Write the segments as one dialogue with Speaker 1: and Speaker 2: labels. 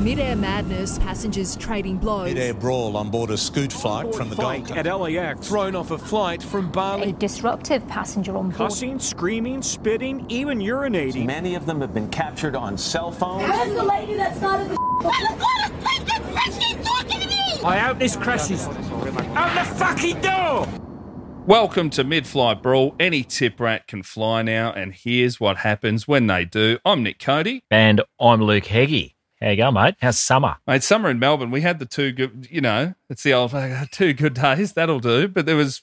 Speaker 1: Mid-air madness, passengers trading blows.
Speaker 2: Mid-air brawl on board a scoot flight from the Gold Coast.
Speaker 3: at LAX.
Speaker 4: Thrown off a flight from Bali.
Speaker 5: A disruptive passenger on board.
Speaker 3: Cussing, screaming, spitting, even urinating.
Speaker 6: Many of them have been captured on cell phones.
Speaker 7: Where's the lady that started the
Speaker 8: I hope this crashes. Out the fucking door!
Speaker 9: Welcome to Mid Flight Brawl. Any tip rat can fly now, and here's what happens when they do. I'm Nick Cody.
Speaker 10: And I'm Luke Heggie. How you go, mate? How's summer?
Speaker 9: Mate, summer in Melbourne, we had the two good, you know, it's the old like, two good days, that'll do. But there was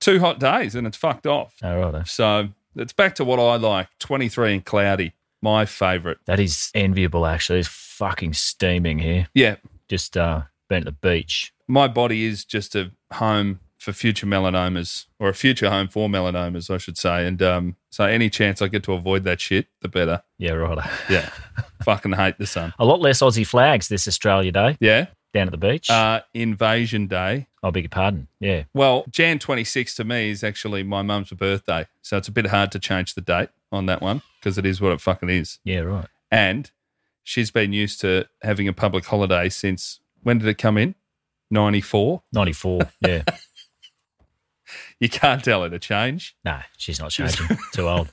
Speaker 9: two hot days and it's fucked off.
Speaker 10: Oh, righto.
Speaker 9: So it's back to what I like 23 and cloudy, my favourite.
Speaker 10: That is enviable, actually. It's fucking steaming here.
Speaker 9: Yeah,
Speaker 10: Just uh, been at the beach.
Speaker 9: my body is just a home for future melanomas or a future home for melanomas, I should say. And um, so any chance I get to avoid that shit, the better.
Speaker 10: Yeah, righto.
Speaker 9: Yeah. Fucking hate the sun.
Speaker 10: A lot less Aussie flags this Australia Day
Speaker 9: Yeah.
Speaker 10: down at the beach.
Speaker 9: Uh, invasion Day.
Speaker 10: I beg your pardon. Yeah.
Speaker 9: Well, Jan 26 to me is actually my mum's birthday. So it's a bit hard to change the date on that one because it is what it fucking is.
Speaker 10: Yeah, right.
Speaker 9: And she's been used to having a public holiday since when did it come in? 94.
Speaker 10: 94. Yeah.
Speaker 9: You can't tell her to change.
Speaker 10: No, she's not changing. Too old.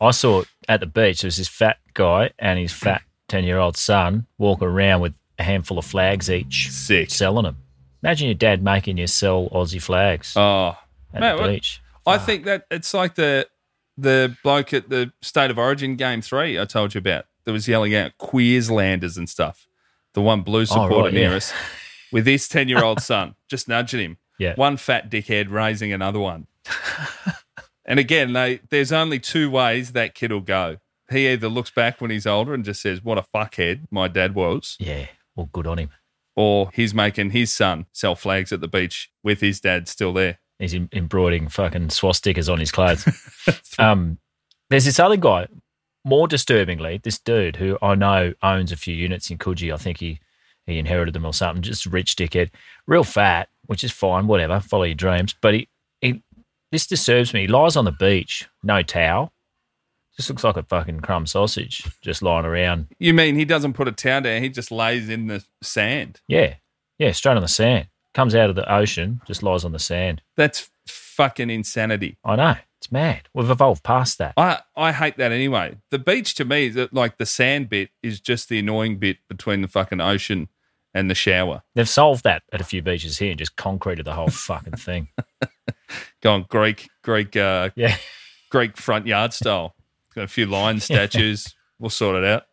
Speaker 10: I saw at the beach there was this fat guy and his fat ten year old son walking around with a handful of flags each,
Speaker 9: Sick.
Speaker 10: selling them. Imagine your dad making you sell Aussie flags
Speaker 9: Oh,
Speaker 10: at
Speaker 9: mate,
Speaker 10: the
Speaker 9: what-
Speaker 10: beach.
Speaker 9: I think that it's like the the bloke at the State of Origin game three I told you about that was yelling out Queenslanders and stuff. The one blue supporter
Speaker 10: Oh, right,
Speaker 9: near
Speaker 10: yeah.
Speaker 9: us with his ten year old son, just nudging him.
Speaker 10: Yeah.
Speaker 9: One fat dickhead raising another one. and again, they, there's only two ways that kid will go. He either looks back when he's older and just says, What a fuckhead my dad was,
Speaker 10: Yeah. Well, good on him.
Speaker 9: or he's making his son sell flags at the beach with his dad still there.
Speaker 10: He's em- embroidering fucking swastikas on his clothes. um, there's this other guy, more disturbingly, this dude who I know owns a few units in Coogee. I think he, he inherited them or something, just rich dickhead, real fat, which is fine, whatever, follow your dreams. But he, he this disturbs me. He lies on the beach, no towel, just looks like a fucking crumb sausage, just lying around.
Speaker 9: You mean he doesn't put a towel down? He just lays in the sand.
Speaker 10: Yeah, yeah, straight on the sand. Comes out of the ocean, just lies on the sand.
Speaker 9: That's fucking insanity.
Speaker 10: I know, it's mad. We've evolved past that.
Speaker 9: I, I hate that anyway. The beach to me, is like the sand bit, is just the annoying bit between the fucking ocean and the shower.
Speaker 10: They've solved that at a few beaches here and just concreted the whole fucking thing.
Speaker 9: Go on Greek, Greek, uh,
Speaker 10: Yeah.
Speaker 9: Greek front yard style. Got a few lion statues. We'll sort it out.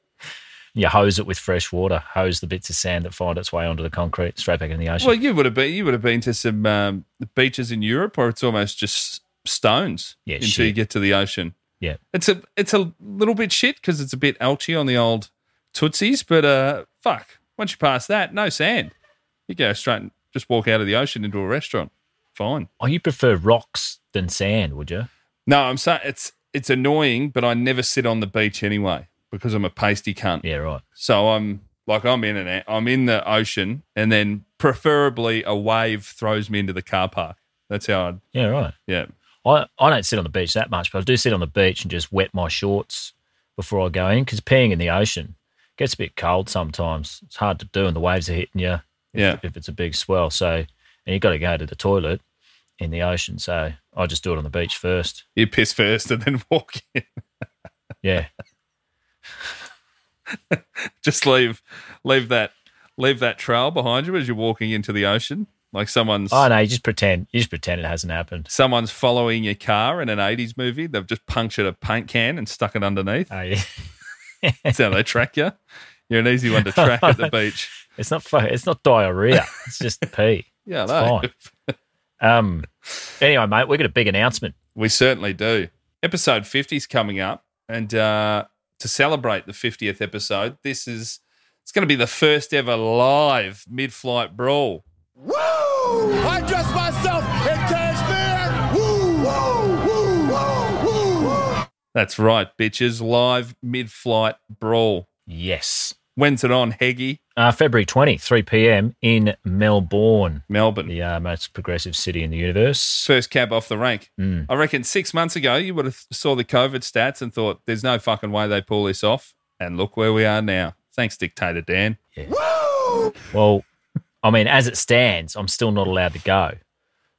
Speaker 10: You hose it with fresh water, hose the bits of sand that find its way onto the concrete straight back in the ocean.
Speaker 9: Well, you would have been you would have been to some um, beaches in Europe, where it's almost just stones
Speaker 10: Yeah,
Speaker 9: until
Speaker 10: shit.
Speaker 9: you get to the ocean.
Speaker 10: yeah.
Speaker 9: It's a it's a little bit shit because it's a bit ouchy on the old tootsies, but uh, fuck. Once you pass that, no sand. You go straight and just walk out of the ocean into a restaurant. Fine.
Speaker 10: Oh, you prefer rocks than sand, would you?
Speaker 9: No, I'm saying it's it's annoying, but I never sit on the beach anyway because I'm a pasty cunt.
Speaker 10: Yeah, right.
Speaker 9: So I'm like I'm in and out. I'm in the ocean, and then preferably a wave throws me into the car park. That's how I'd
Speaker 10: Yeah, right.
Speaker 9: yeah.
Speaker 10: I, I don't sit on the beach that much, but I do sit on the beach and just wet my shorts before I go in because peeing in the ocean gets a bit cold sometimes. It's hard to do, and the waves are hitting you.
Speaker 11: Yeah.
Speaker 10: if it's a big swell. So, and you've got to go to the toilet in the ocean. So I just do it on the beach first.
Speaker 9: You piss first and then walk in.
Speaker 10: Yeah.
Speaker 9: Just leave, leave that, leave that trail behind you as you're walking into the ocean. Like someone's,
Speaker 10: Oh, no, you just pretend. You just pretend it hasn't happened.
Speaker 9: someone's following your car in an '80s movie. They've just punctured a paint can and stuck it underneath.
Speaker 10: Oh, yeah.
Speaker 9: That's how they track you. You're an easy one to track at the beach.
Speaker 10: It's not, fu- it's not diarrhea. It's just pee.
Speaker 9: Yeah,
Speaker 10: It's
Speaker 9: no.
Speaker 10: fine. Um, anyway, mate, we got a big announcement.
Speaker 9: We certainly do. Episode 50 is coming up. And uh, to celebrate the 50th episode, this is it's going to be the first ever live mid flight brawl.
Speaker 2: I dress myself in cashmere. Woo, woo, woo, woo, woo.
Speaker 9: That's right, bitches. Live mid flight brawl.
Speaker 10: Yes.
Speaker 9: When's it on, Heggy?
Speaker 10: Uh, February 20, 3 p.m. in Melbourne,
Speaker 9: Melbourne.
Speaker 10: the uh, most progressive city in the universe.
Speaker 9: First cab off the rank. I reckon six months ago, you would have saw the COVID stats and thought, there's no fucking way they pull this off. And look where we are now. Thanks, Dictator Dan.
Speaker 10: Well, I mean, as it stands, I'm still not allowed to go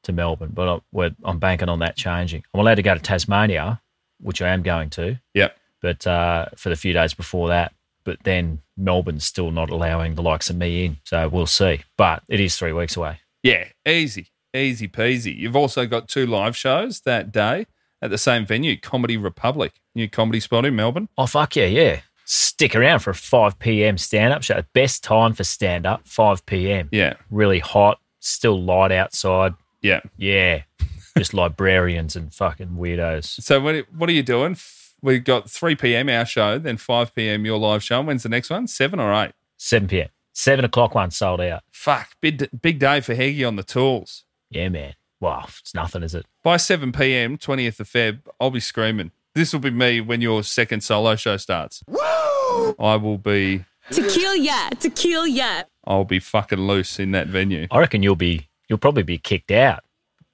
Speaker 10: to Melbourne, but I'm, we're, I'm banking on that changing. I'm allowed to go to Tasmania, which I am going to,
Speaker 9: Yep.
Speaker 10: but uh, for the few days before that. But then Melbourne's still not allowing the likes of me in. So we'll see. But it is three weeks away.
Speaker 9: Yeah, easy, easy peasy. You've also got two live shows that day at the same venue, Comedy Republic, new comedy spot in Melbourne.
Speaker 10: Oh, fuck yeah, yeah. Stick around for a 5 p.m. stand up show. Best time for stand up, 5 p.m.
Speaker 9: Yeah,
Speaker 10: Really hot, still light outside.
Speaker 9: yeah.
Speaker 10: Yeah. Just librarians and fucking weirdos.
Speaker 9: So what what are you doing? F- We've got three p.m. our show, then five p.m. your live show. When's the next one? Seven or eight?
Speaker 10: 7 p.m. 7 o'clock one sold out.
Speaker 9: Fuck, big big day for Heggy on the tools.
Speaker 10: Yeah, man. Wow, it's nothing, is it?
Speaker 9: By seven p.m. twentieth of Feb, I'll be screaming. This will be me when your second solo show starts. Woo! I will be.
Speaker 12: Tequila, tequila.
Speaker 9: I'll be fucking loose in that venue.
Speaker 10: I reckon you'll be you'll probably be kicked out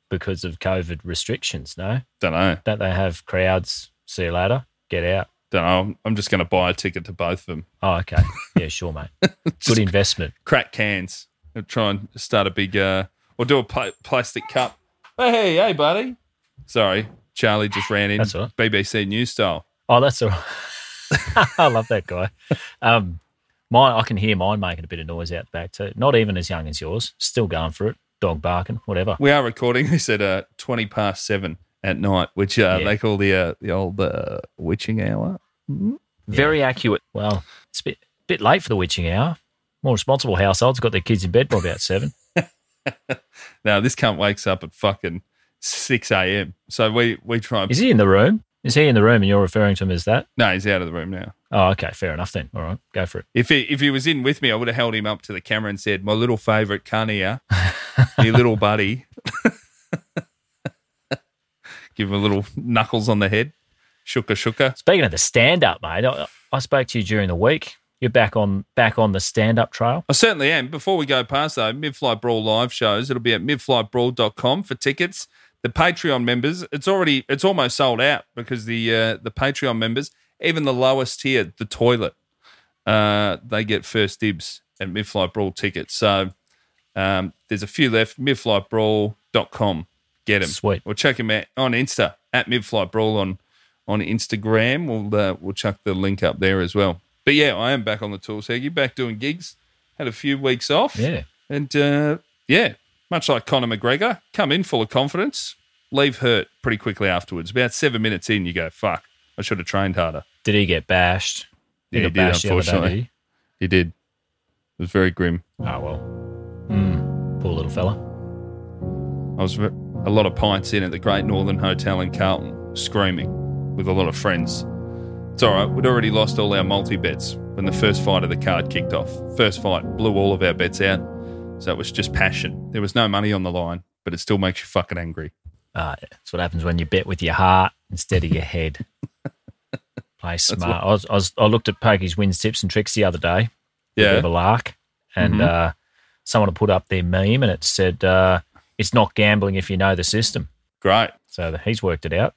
Speaker 10: because of COVID restrictions, no?
Speaker 9: Don't know.
Speaker 10: Don't they have crowds? See you later. Get out.
Speaker 9: Don't know. I'm just going to buy a ticket to both of them.
Speaker 10: Oh, okay. Yeah, sure, mate. Good investment.
Speaker 9: crack cans and try and start a big uh or do a pl- plastic cup. Hey, hey, buddy. Sorry, Charlie just ran in.
Speaker 10: That's all right.
Speaker 9: BBC News style.
Speaker 10: Oh, that's all right. I love that guy. Um, mine, I can hear mine making a bit of noise out the back too. Not even as young as yours. Still going for it. Dog barking, whatever.
Speaker 9: We are recording this at uh, twenty past seven at night, which uh,
Speaker 10: Yeah.
Speaker 9: they call the uh, the old uh, witching hour.
Speaker 10: Very accurate. Well, it's a bit, bit late for the witching hour. More responsible households have got their kids in bed by about seven.
Speaker 9: Now this cunt wakes up at fucking six a.m. So we we try. And-
Speaker 10: Is he in the room? Is he in the room and you're referring to him as that?
Speaker 9: no, he's out of the room now.
Speaker 10: Oh, okay. Fair enough then. All right. Go for it.
Speaker 9: If he, if he was in with me, I would have held him up to the camera and said, "My little favourite cunt here, your little buddy." Give him a little knuckles on the head, shooka shooka.
Speaker 10: Speaking of the stand up, mate, I, I spoke to you during the week. You're back on back on the stand up trail.
Speaker 9: I certainly am. Before we go past though, Midflight Brawl live shows. It'll be at midflightbrawl.com for tickets. The Patreon members, it's already it's almost sold out because the uh, the Patreon members, even the lowest tier, the toilet, uh, they get first dibs at Midflight Brawl tickets. So um, there's a few left. Midflightbrawl.com. Get them.
Speaker 10: Sweet.
Speaker 9: Or check them out on Insta at Midflight Brawl on on Instagram. We'll uh, we'll chuck the link up there as well. But yeah, I am back on the tools. Heggy back doing gigs. Had a few weeks off.
Speaker 10: Yeah.
Speaker 9: And uh, yeah, much like Conor McGregor, come in full of confidence, leave hurt pretty quickly afterwards. About seven minutes in, you go, "Fuck, I should have trained harder."
Speaker 10: Did he get bashed?
Speaker 9: Yeah, he
Speaker 10: got
Speaker 9: did,
Speaker 10: bashed the other day,
Speaker 9: unfortunately. Ah,
Speaker 10: did he?
Speaker 9: He did. It was very grim.
Speaker 10: Oh well. Hmm. Poor little fella.
Speaker 9: I was ve- a lot of pints in at the Great Northern Hotel in Carlton, screaming with a lot of friends. It's all right, we'd already lost all our multi bets when the first fight of the card kicked off. First fight blew all of our bets out, so it was just passion. There was no money on the line, but it still makes you fucking angry.
Speaker 10: Uh, that's what happens when you bet with your heart instead of your head. Play smart. I, was, I, was, I looked at Pokey's wins, tips, and tricks the other day. bit
Speaker 9: Yeah. Mm-hmm.
Speaker 10: of a lark, and uh, someone had put up their meme, and it said, uh, "It's not gambling if you know the system."
Speaker 9: Great.
Speaker 10: So he's worked it out.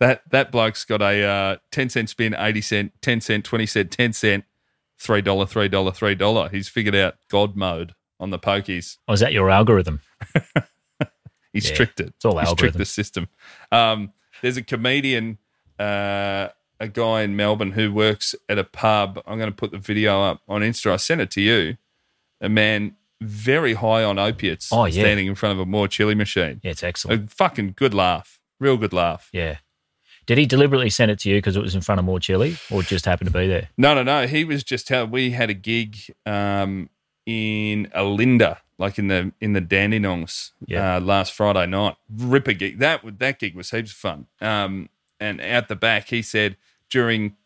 Speaker 9: That that bloke's got a uh, ten cent spin, eighty cent, ten cent, twenty cent, ten cent, three dollar, three dollar, three dollar. He's figured out God mode on the pokies.
Speaker 10: Oh, is that your algorithm?
Speaker 9: He's
Speaker 10: Yeah,
Speaker 9: tricked it.
Speaker 10: it's all
Speaker 9: He's tricked
Speaker 10: algorithm.
Speaker 9: the system. Um, there's a comedian, uh, a guy in Melbourne who works at a pub. I'm going to put the video up on Insta. I sent it to you. A man very high on opiates
Speaker 10: Oh, yeah.
Speaker 9: standing in front of a more chili machine.
Speaker 10: Yeah, it's
Speaker 9: A
Speaker 10: excellent.
Speaker 9: fucking good laugh. Real good laugh.
Speaker 10: Yeah. Did he deliberately send it to you because it was in front of more chili or just happened to be there?
Speaker 9: No, no, no. He was just how we had a gig um, in Alinda, like in the in the Dandenongs,
Speaker 10: Yeah.
Speaker 9: uh, last Friday night. Ripper gig. That w- that gig was heaps of fun. Um, and out the back, he said during,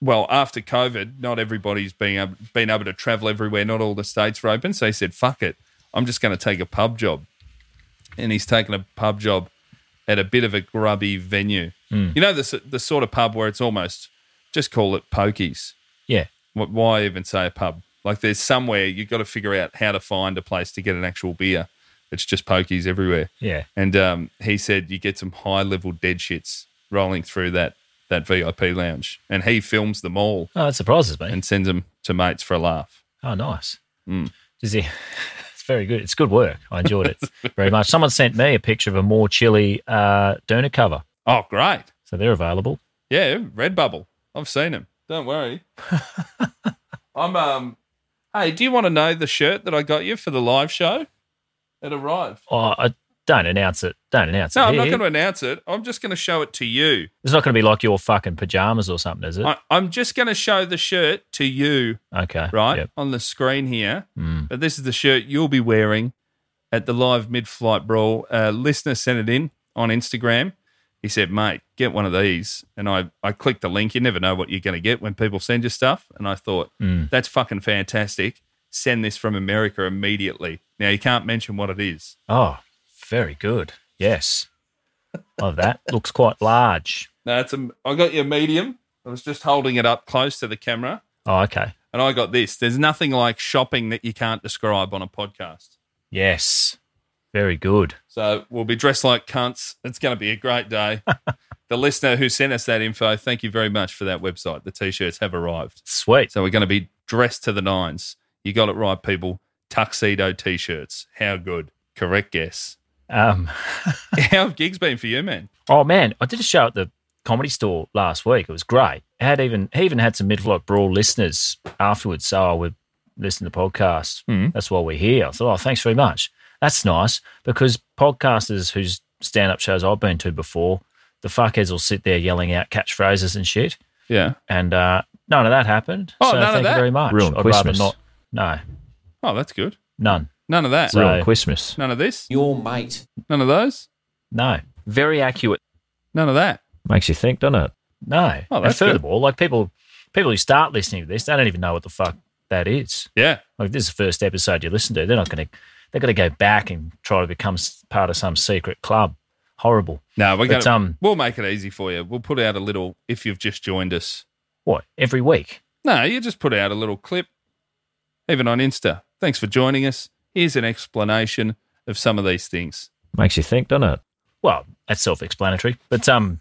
Speaker 9: well, after COVID, not everybody's being able, been able to travel everywhere. Not all the states were open, so he said, "Fuck it, I'm just going to take a pub job." And he's taken a pub job at a bit of a grubby venue. You know the s- the sort of pub where it's almost just call it pokies.
Speaker 10: Yeah.
Speaker 9: Wh- Why even say a pub? Like there's somewhere you've got to figure out how to find a place to get an actual beer. It's just pokies everywhere.
Speaker 10: Yeah.
Speaker 9: And um, he said you get some high level dead shits rolling through that that VIP lounge, and he films them all
Speaker 10: Oh, it surprises me.
Speaker 9: and sends them to mates for a laugh.
Speaker 10: Oh, nice.
Speaker 9: Mm.
Speaker 10: Does he? It's very good. It's good work. I enjoyed it very much. Someone sent me a picture of a more chili uh, donor cover,
Speaker 9: Oh, great!
Speaker 10: so they're available.
Speaker 9: Yeah, Redbubble. I've seen him. Don't worry. I'm um. Hey, do you want to know the shirt that I got you for the live show? It arrived.
Speaker 10: Oh, I don't announce it. Don't announce
Speaker 9: No,
Speaker 10: it.
Speaker 9: I'm not
Speaker 10: here.
Speaker 9: going to announce it. I'm just going to show it to you.
Speaker 10: It's not going to be like your fucking pajamas or something, is it?
Speaker 9: I, I'm just going to show the shirt to you,
Speaker 10: okay.
Speaker 9: right,
Speaker 10: Yep.
Speaker 9: on the screen here.
Speaker 10: Mm.
Speaker 9: But this is the shirt you'll be wearing at the live mid flight brawl. A listener sent it in on Instagram. He said, mate, get one of these. And I, I clicked the link. You never know what you're going to get when people send you stuff. And I thought,
Speaker 10: Mm.
Speaker 9: that's fucking fantastic. Send this from America immediately. Now, you can't mention what it is.
Speaker 10: Oh, very good. Yes. Love that. Looks quite large.
Speaker 9: No, it's a, I got you a medium. I was just holding it up close to the camera.
Speaker 10: Oh, okay.
Speaker 9: And I got this. There's nothing like shopping that you can't describe on a podcast.
Speaker 10: Yes. Very good.
Speaker 9: So we'll be dressed like cunts. It's going to be a great day. the listener who sent us that info, thank you very much for that website. The t shirts have arrived.
Speaker 10: Sweet.
Speaker 9: So we're going to be dressed to the nines. You got it right, people. Tuxedo t shirts. How good? Correct guess.
Speaker 10: Um,
Speaker 9: How have gigs been for you, man?
Speaker 10: Oh man, I did a show at the comedy store last week. It was great. I had even he even had some midflight brawl listeners afterwards. So I would listen to podcasts.
Speaker 9: Hmm.
Speaker 10: That's why we're here. I thought, oh, thanks very much. That's nice because podcasters whose stand up shows I've been to before, the fuckheads will sit there yelling out catchphrases and shit.
Speaker 9: Yeah.
Speaker 10: And uh, none of that happened.
Speaker 9: Oh,
Speaker 10: so
Speaker 9: none of
Speaker 10: thank
Speaker 9: that?
Speaker 10: you very much.
Speaker 13: Ruined
Speaker 10: I'd
Speaker 13: Christmas.
Speaker 10: rather not. No,
Speaker 9: Oh, that's good.
Speaker 10: none.
Speaker 9: None of that.
Speaker 10: So-
Speaker 13: Real Christmas.
Speaker 9: None of this.
Speaker 6: Your mate.
Speaker 9: None of those.
Speaker 10: No. Very accurate.
Speaker 9: None of that.
Speaker 13: Makes you think, doesn't it?
Speaker 10: No.
Speaker 9: Oh,
Speaker 10: and
Speaker 9: that's good.
Speaker 10: furthermore, like people people who start listening to this, they don't even know what the fuck that is.
Speaker 9: Yeah.
Speaker 10: Like this is the first episode you listen to. They're not going to. They're going to go back and try to become s- part of some secret club. Horrible.
Speaker 9: No, we're
Speaker 10: But,
Speaker 9: going to.
Speaker 10: um,
Speaker 9: we'll make it easy for you. We'll put out a little, if you've just joined us,
Speaker 10: What every week?
Speaker 9: No, you just put out a little clip, even on Insta. Thanks for joining us. Here's an explanation of some of these things.
Speaker 13: Makes you think, doesn't it?
Speaker 10: Well, that's self-explanatory. But um,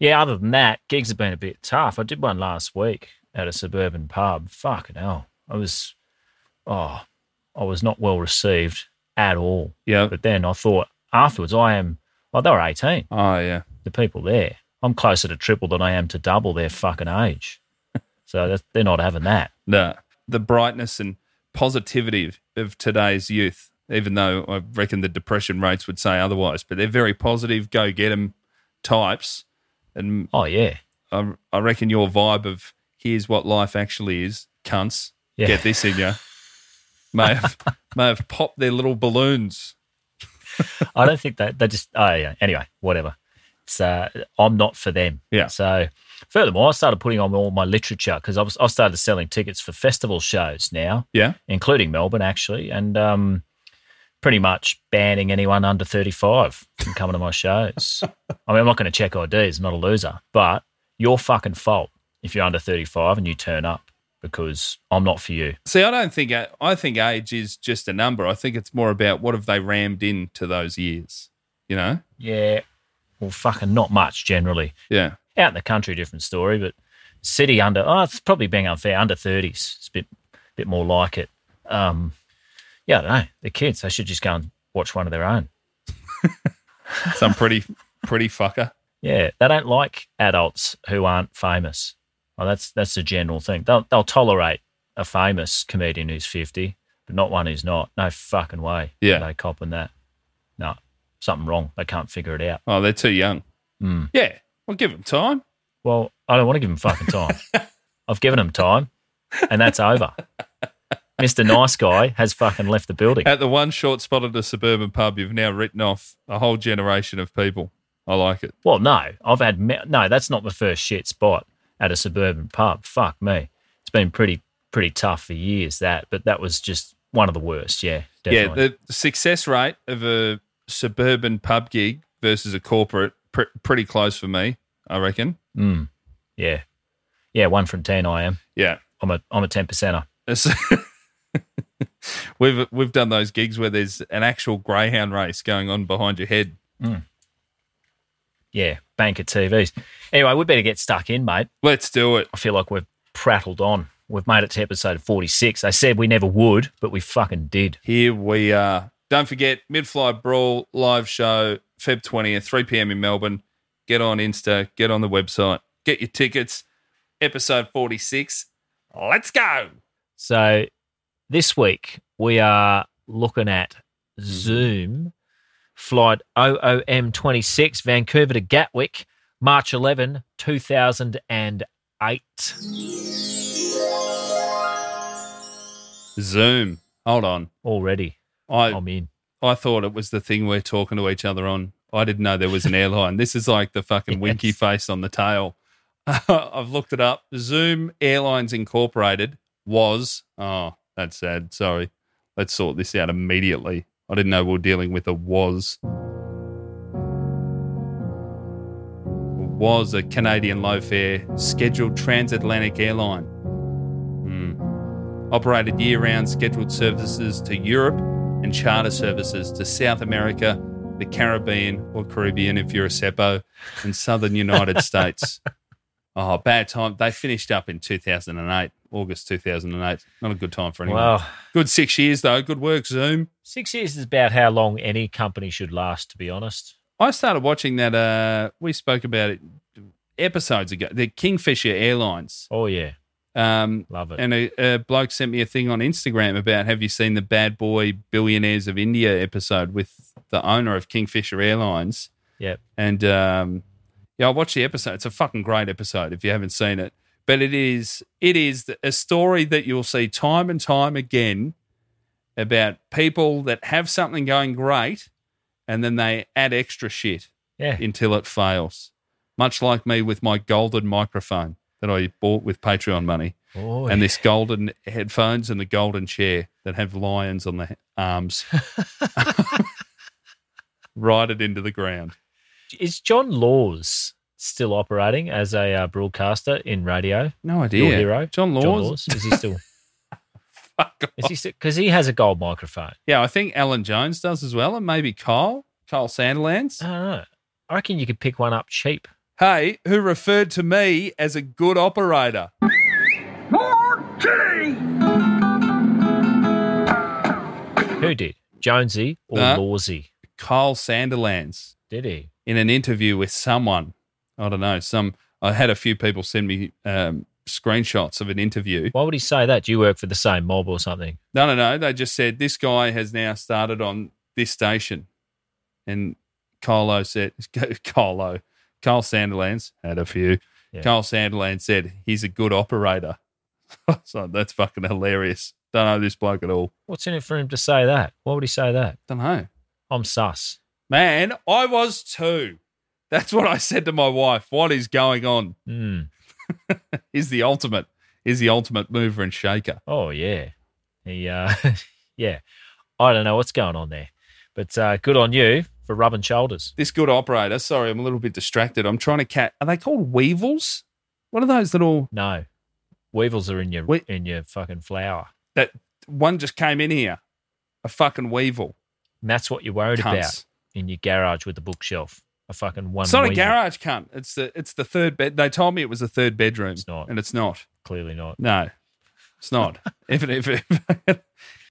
Speaker 10: yeah. Other than that, gigs have been a bit tough. I did one last week at a suburban pub. Fucking hell, I was, oh, I was not well received at all.
Speaker 9: Yeah.
Speaker 10: But then I thought afterwards, I am. Well, they were eighteen.
Speaker 9: Oh, yeah.
Speaker 10: the people there. I'm closer to triple than I am to double their fucking age. So that's, they're not having that.
Speaker 9: The, the brightness and positivity of today's youth, even though I reckon the depression rates would say otherwise, but they're very positive, go get 'em types. And
Speaker 10: Oh, yeah.
Speaker 9: I, I reckon your vibe of here's what life actually is, cunts,
Speaker 10: Yeah.
Speaker 9: get this in you, may have, may have popped their little balloons.
Speaker 10: I don't think that they just, oh, yeah. Anyway, whatever. So I'm not for them.
Speaker 9: Yeah.
Speaker 10: So furthermore, I started putting on all my literature because I, was- I started selling tickets for festival shows now,
Speaker 9: Yeah.
Speaker 10: including Melbourne, actually, and um, pretty much banning anyone under 35 from coming to my shows. I mean, I'm not going to check IDs, I'm not a loser, but your fucking fault if you're under 35 and you turn up because I'm not for you.
Speaker 9: See, I don't think I think age is just a number. I think it's more about what have they rammed into those years. You know,
Speaker 10: Yeah. Well, fucking not much generally.
Speaker 9: Yeah.
Speaker 10: Out in the country, different story, but city under, oh, it's probably being unfair, under 30s. It's a bit, bit more like it. Um, yeah, I don't know. The kids, they should just go and watch one of their own.
Speaker 9: Some pretty, pretty fucker.
Speaker 10: Yeah, they don't like adults who aren't famous. Well, that's that's the general thing. They'll they'll tolerate a famous comedian who's fifty, but not one who's not. No fucking way.
Speaker 9: Yeah.
Speaker 10: they copping that. No, something wrong. They can't figure it out.
Speaker 9: Oh, they're too young.
Speaker 10: Mm.
Speaker 9: Yeah. Well, give them time.
Speaker 10: Well, I don't want to give them fucking time. I've given them time, and that's over. Mister Nice Guy has fucking left the building.
Speaker 9: At the one short spot at a suburban pub, you've now written off a whole generation of people. I like it.
Speaker 10: Well, no, I've had me- no. That's not my first shit spot at a suburban pub. Fuck me, it's been pretty pretty tough for years that, but that was just one of the worst. Yeah, definitely.
Speaker 9: Yeah, the success rate of a suburban pub gig versus a corporate pr- pretty close for me, I reckon.
Speaker 10: Mm. yeah, yeah. One from ten, I am.
Speaker 9: Yeah.
Speaker 10: I'm a I'm a ten percenter.
Speaker 9: It's- we've we've done those gigs where there's an actual greyhound race going on behind your head.
Speaker 10: Mm. Yeah, banker TVs. Anyway, we better get stuck in, mate.
Speaker 9: Let's do it.
Speaker 10: I feel like we've prattled on. We've made it to episode forty six. I said we never would, but we fucking did.
Speaker 9: Here we are. Don't forget Midfly Brawl live show Feb 20th, 3 p.m. in Melbourne. Get on Insta, get on the website, get your tickets. Episode 46. Let's go.
Speaker 10: So this week we are looking at
Speaker 9: Mm-hmm.
Speaker 10: Zoom flight OOM 26 Vancouver to Gatwick, March 11, 2008.
Speaker 9: Zoom. Hold on.
Speaker 10: Already
Speaker 9: I
Speaker 10: I'm in.
Speaker 9: I thought it was the thing we're talking to each other on. I didn't know there was an airline. This is like the fucking winky face on the tail. I've looked it up. Zoom Airlines Incorporated was. Oh, that's sad. Sorry. Let's sort this out immediately. I didn't know we were dealing with a was. Was a Canadian low fare scheduled transatlantic airline. Hmm. Operated year round scheduled services to Europe and charter services to South America, the Caribbean or Caribbean if you're a Seppo, and southern United States. Oh, bad time. They finished up in 2008, August 2008. Not a good time for anyone.
Speaker 10: Wow.
Speaker 9: Good six years, though. Good work, Zoom.
Speaker 10: Six years is about how long any company should last, to be honest.
Speaker 9: I started watching that. Uh, we spoke about it episodes ago. The Kingfisher Airlines.
Speaker 10: Oh, yeah.
Speaker 9: Um,
Speaker 10: Love it.
Speaker 9: and a, a bloke sent me a thing on Instagram about have you seen the Bad Boy Billionaires of India episode with the owner of Kingfisher Airlines?
Speaker 10: Yep.
Speaker 9: And um, yeah, I watched the episode. It's a fucking great episode if you haven't seen it. But it is it is a story that you'll see time and time again about people that have something going great and then they add extra shit
Speaker 10: Yeah.
Speaker 9: until it fails. Much like me with my golden microphone that I bought with Patreon money
Speaker 10: Oh,
Speaker 9: and this golden headphones and the golden chair that have lions on the he- arms. Ride it into the ground.
Speaker 10: Is John Laws still operating as a uh, broadcaster in radio?
Speaker 9: No idea.
Speaker 10: Your hero?
Speaker 9: John Laws.
Speaker 10: Is he still? is he still? Because he has a gold microphone.
Speaker 9: Yeah, I think Alan Jones does as well, and maybe Kyle, Kyle Sandilands.
Speaker 10: I don't know. I reckon you could pick one up cheap.
Speaker 9: Hey, who referred to me as a good operator?
Speaker 10: Who did? Jonesy or
Speaker 9: Nah.
Speaker 10: Lawsy?
Speaker 9: Kyle Sandilands
Speaker 10: Did he?
Speaker 9: in an interview with someone. I don't know. Some. I had a few people send me um, screenshots of an interview.
Speaker 10: Why would he say that? Do you work for the same mob or something?
Speaker 9: No, no, no. They just said this guy has now started on this station, and Kylo said, Kylo, Carl Sanderlands had a few.
Speaker 10: Yeah.
Speaker 9: Carl Sanderlands said he's a good operator. so that's fucking hilarious. Don't know this bloke at all.
Speaker 10: What's in it for him to say that? Why would he say that?
Speaker 9: Don't know,
Speaker 10: I'm sus.
Speaker 9: man. I was too. That's what I said to my wife. What is going on?
Speaker 10: Mm.
Speaker 9: Is the ultimate. Is the ultimate mover and shaker.
Speaker 10: Oh yeah, he. Uh, yeah, I don't know what's going on there, but uh, good on you for rubbing shoulders.
Speaker 9: this good operator. Sorry, I'm a little bit distracted. I'm trying to cat. Are they called weevils? What are those little?
Speaker 10: No, weevils are in your
Speaker 9: We-
Speaker 10: in your fucking flower.
Speaker 9: That one just came in here. A fucking weevil.
Speaker 10: And that's what you're worried
Speaker 9: Cunts.
Speaker 10: about in your garage with the bookshelf. a fucking one.
Speaker 9: It's not a
Speaker 10: wheelie.
Speaker 9: garage, cunt. It's the it's the third bed. They told me it was the third bedroom. It's
Speaker 10: not.
Speaker 9: and it's not.
Speaker 10: Clearly not.
Speaker 9: No, it's not. if, if if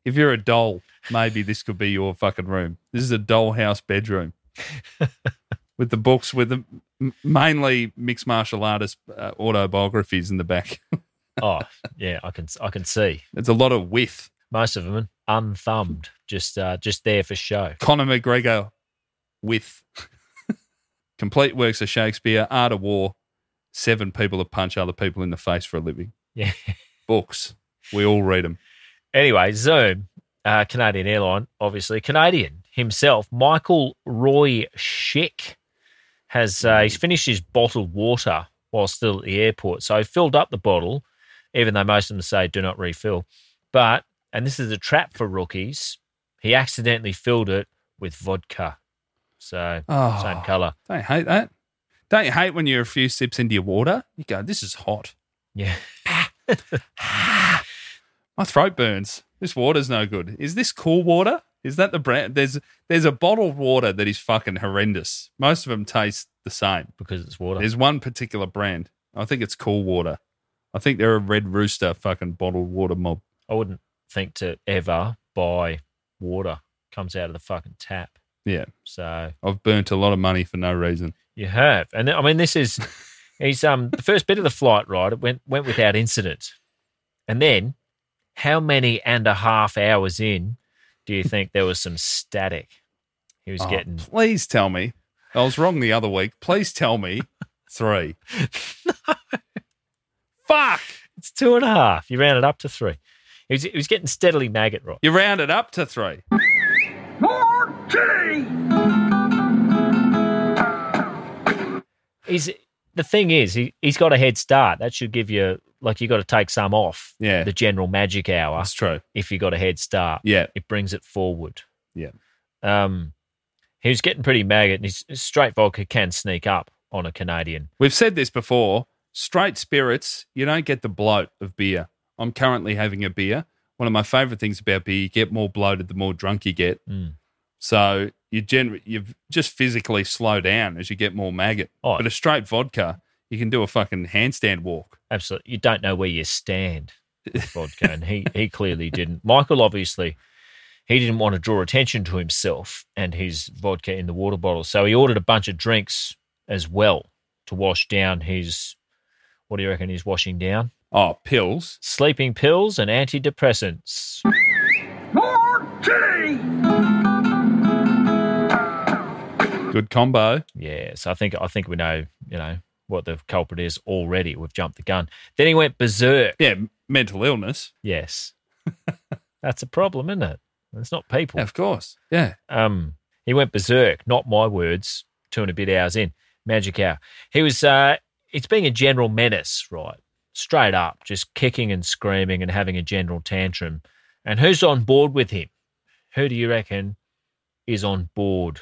Speaker 9: if you're a doll, maybe this could be your fucking room. This is a dollhouse bedroom with the books with the m- mainly mixed martial artist uh, autobiographies in the back.
Speaker 10: oh yeah, I can I can see.
Speaker 9: It's a lot of width.
Speaker 10: Most of them unthumbed, just uh, just there for show.
Speaker 9: Conor McGregor with complete works of Shakespeare, Art of War, Seven People That Punch Other People in the Face for a Living.
Speaker 10: Yeah.
Speaker 9: Books. We all read them.
Speaker 10: Anyway, Zoom, uh, Canadian airline, obviously Canadian himself, Michael Roy Schick, has uh, he's finished his bottled water while still at the airport, so he filled up the bottle, even though most of them say do not refill. But and this is a trap for rookies. He accidentally filled it with vodka, so
Speaker 9: Oh.
Speaker 10: same color.
Speaker 9: Don't you hate that? Don't you hate when you're a few sips into your water? You go, this is hot.
Speaker 10: Yeah.
Speaker 9: My throat burns. This water's no good. Is this cool water? Is that the brand? There's there's a bottled water that is fucking horrendous. Most of them taste the same.
Speaker 10: because it's water.
Speaker 9: There's one particular brand. I think it's Cool Water. I think they're a Red Rooster fucking bottled water mob.
Speaker 10: I wouldn't think to ever buy water comes out of the fucking tap.
Speaker 9: Yeah.
Speaker 10: So
Speaker 9: I've burnt a lot of money for no reason.
Speaker 10: you have, and I mean, this is he's um the first bit of the flight ride. It went went without incident, and then how many and a half hours in do you think there was some static? He was
Speaker 9: Oh,
Speaker 10: getting
Speaker 9: Please tell me. I was wrong the other week. Please tell me three. Fuck.
Speaker 10: it's two and a half. You round it up to three. He was, he was getting steadily maggot right.
Speaker 9: You round it up to three.
Speaker 10: He's the thing is he he's got a head start. That should give you like you got to take some off.
Speaker 9: Yeah.
Speaker 10: the general magic hour.
Speaker 9: That's true.
Speaker 10: if you got a head start.
Speaker 9: Yeah.
Speaker 10: It brings it forward.
Speaker 9: Yeah.
Speaker 10: Um, he was getting pretty maggot, and his straight vodka can sneak up on a Canadian.
Speaker 9: We've said this before. Straight spirits, you don't get the bloat of beer. I'm currently having a beer. One of my favorite things about beer, you get more bloated the more drunk you get.
Speaker 10: Mm.
Speaker 9: So you gener- you just physically slow down as you get more maggot.
Speaker 10: Oh.
Speaker 9: But a straight vodka, you can do a fucking handstand walk.
Speaker 10: Absolutely, you don't know where you stand with vodka, and he he clearly didn't. Michael obviously. He didn't want to draw attention to himself and his vodka in the water bottle, so he ordered a bunch of drinks as well to wash down his. What do you reckon he's washing down?
Speaker 9: Oh, pills.
Speaker 10: Sleeping pills and antidepressants.
Speaker 9: Good combo.
Speaker 10: Yeah, so I think I think we know you know what the culprit is already. We've jumped the gun. Then he went berserk.
Speaker 9: Yeah, mental illness.
Speaker 10: Yes, that's a problem, isn't it? It's not people.
Speaker 9: Yeah, of course. Yeah.
Speaker 10: Um, he went berserk. Not my words. Two and a bit hours in, magic hour. He was. Uh, it's being a general menace, right? Straight up, just kicking and screaming and having a general tantrum. And who's on board with him? Who do you reckon is on board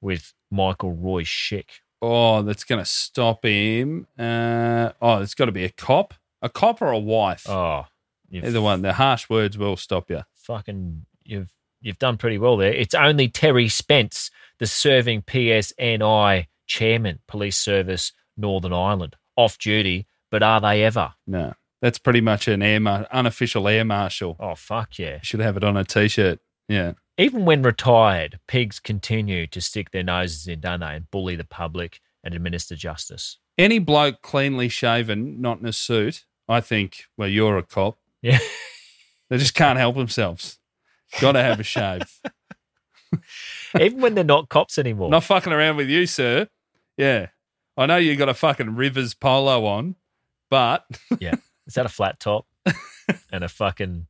Speaker 10: with Michael Roy Schick?
Speaker 9: Oh, that's going to stop him. Uh, oh, it's got to be a cop. A cop or a wife.
Speaker 10: Oh, you've
Speaker 9: Either one. The harsh words will stop you.
Speaker 10: fucking you've you've done pretty well there. It's only Terry Spence, the serving PSNI chairman, Police Service Northern Ireland, off duty. But are they ever?
Speaker 9: No. That's pretty much an air mar- unofficial air marshal.
Speaker 10: Oh fuck yeah!
Speaker 9: You should have it on a t shirt. Yeah.
Speaker 10: Even when retired, pigs continue to stick their noses in, don't they, and bully the public and administer justice.
Speaker 9: Any bloke cleanly shaven, not in a suit, I think, well, you're a cop.
Speaker 10: Yeah,
Speaker 9: They just can't help themselves. Got to have a shave.
Speaker 10: even when they're not cops anymore.
Speaker 9: Not fucking around with you, sir. Yeah. I know you got a fucking Rivers polo on, but
Speaker 10: yeah, is that a flat top and a fucking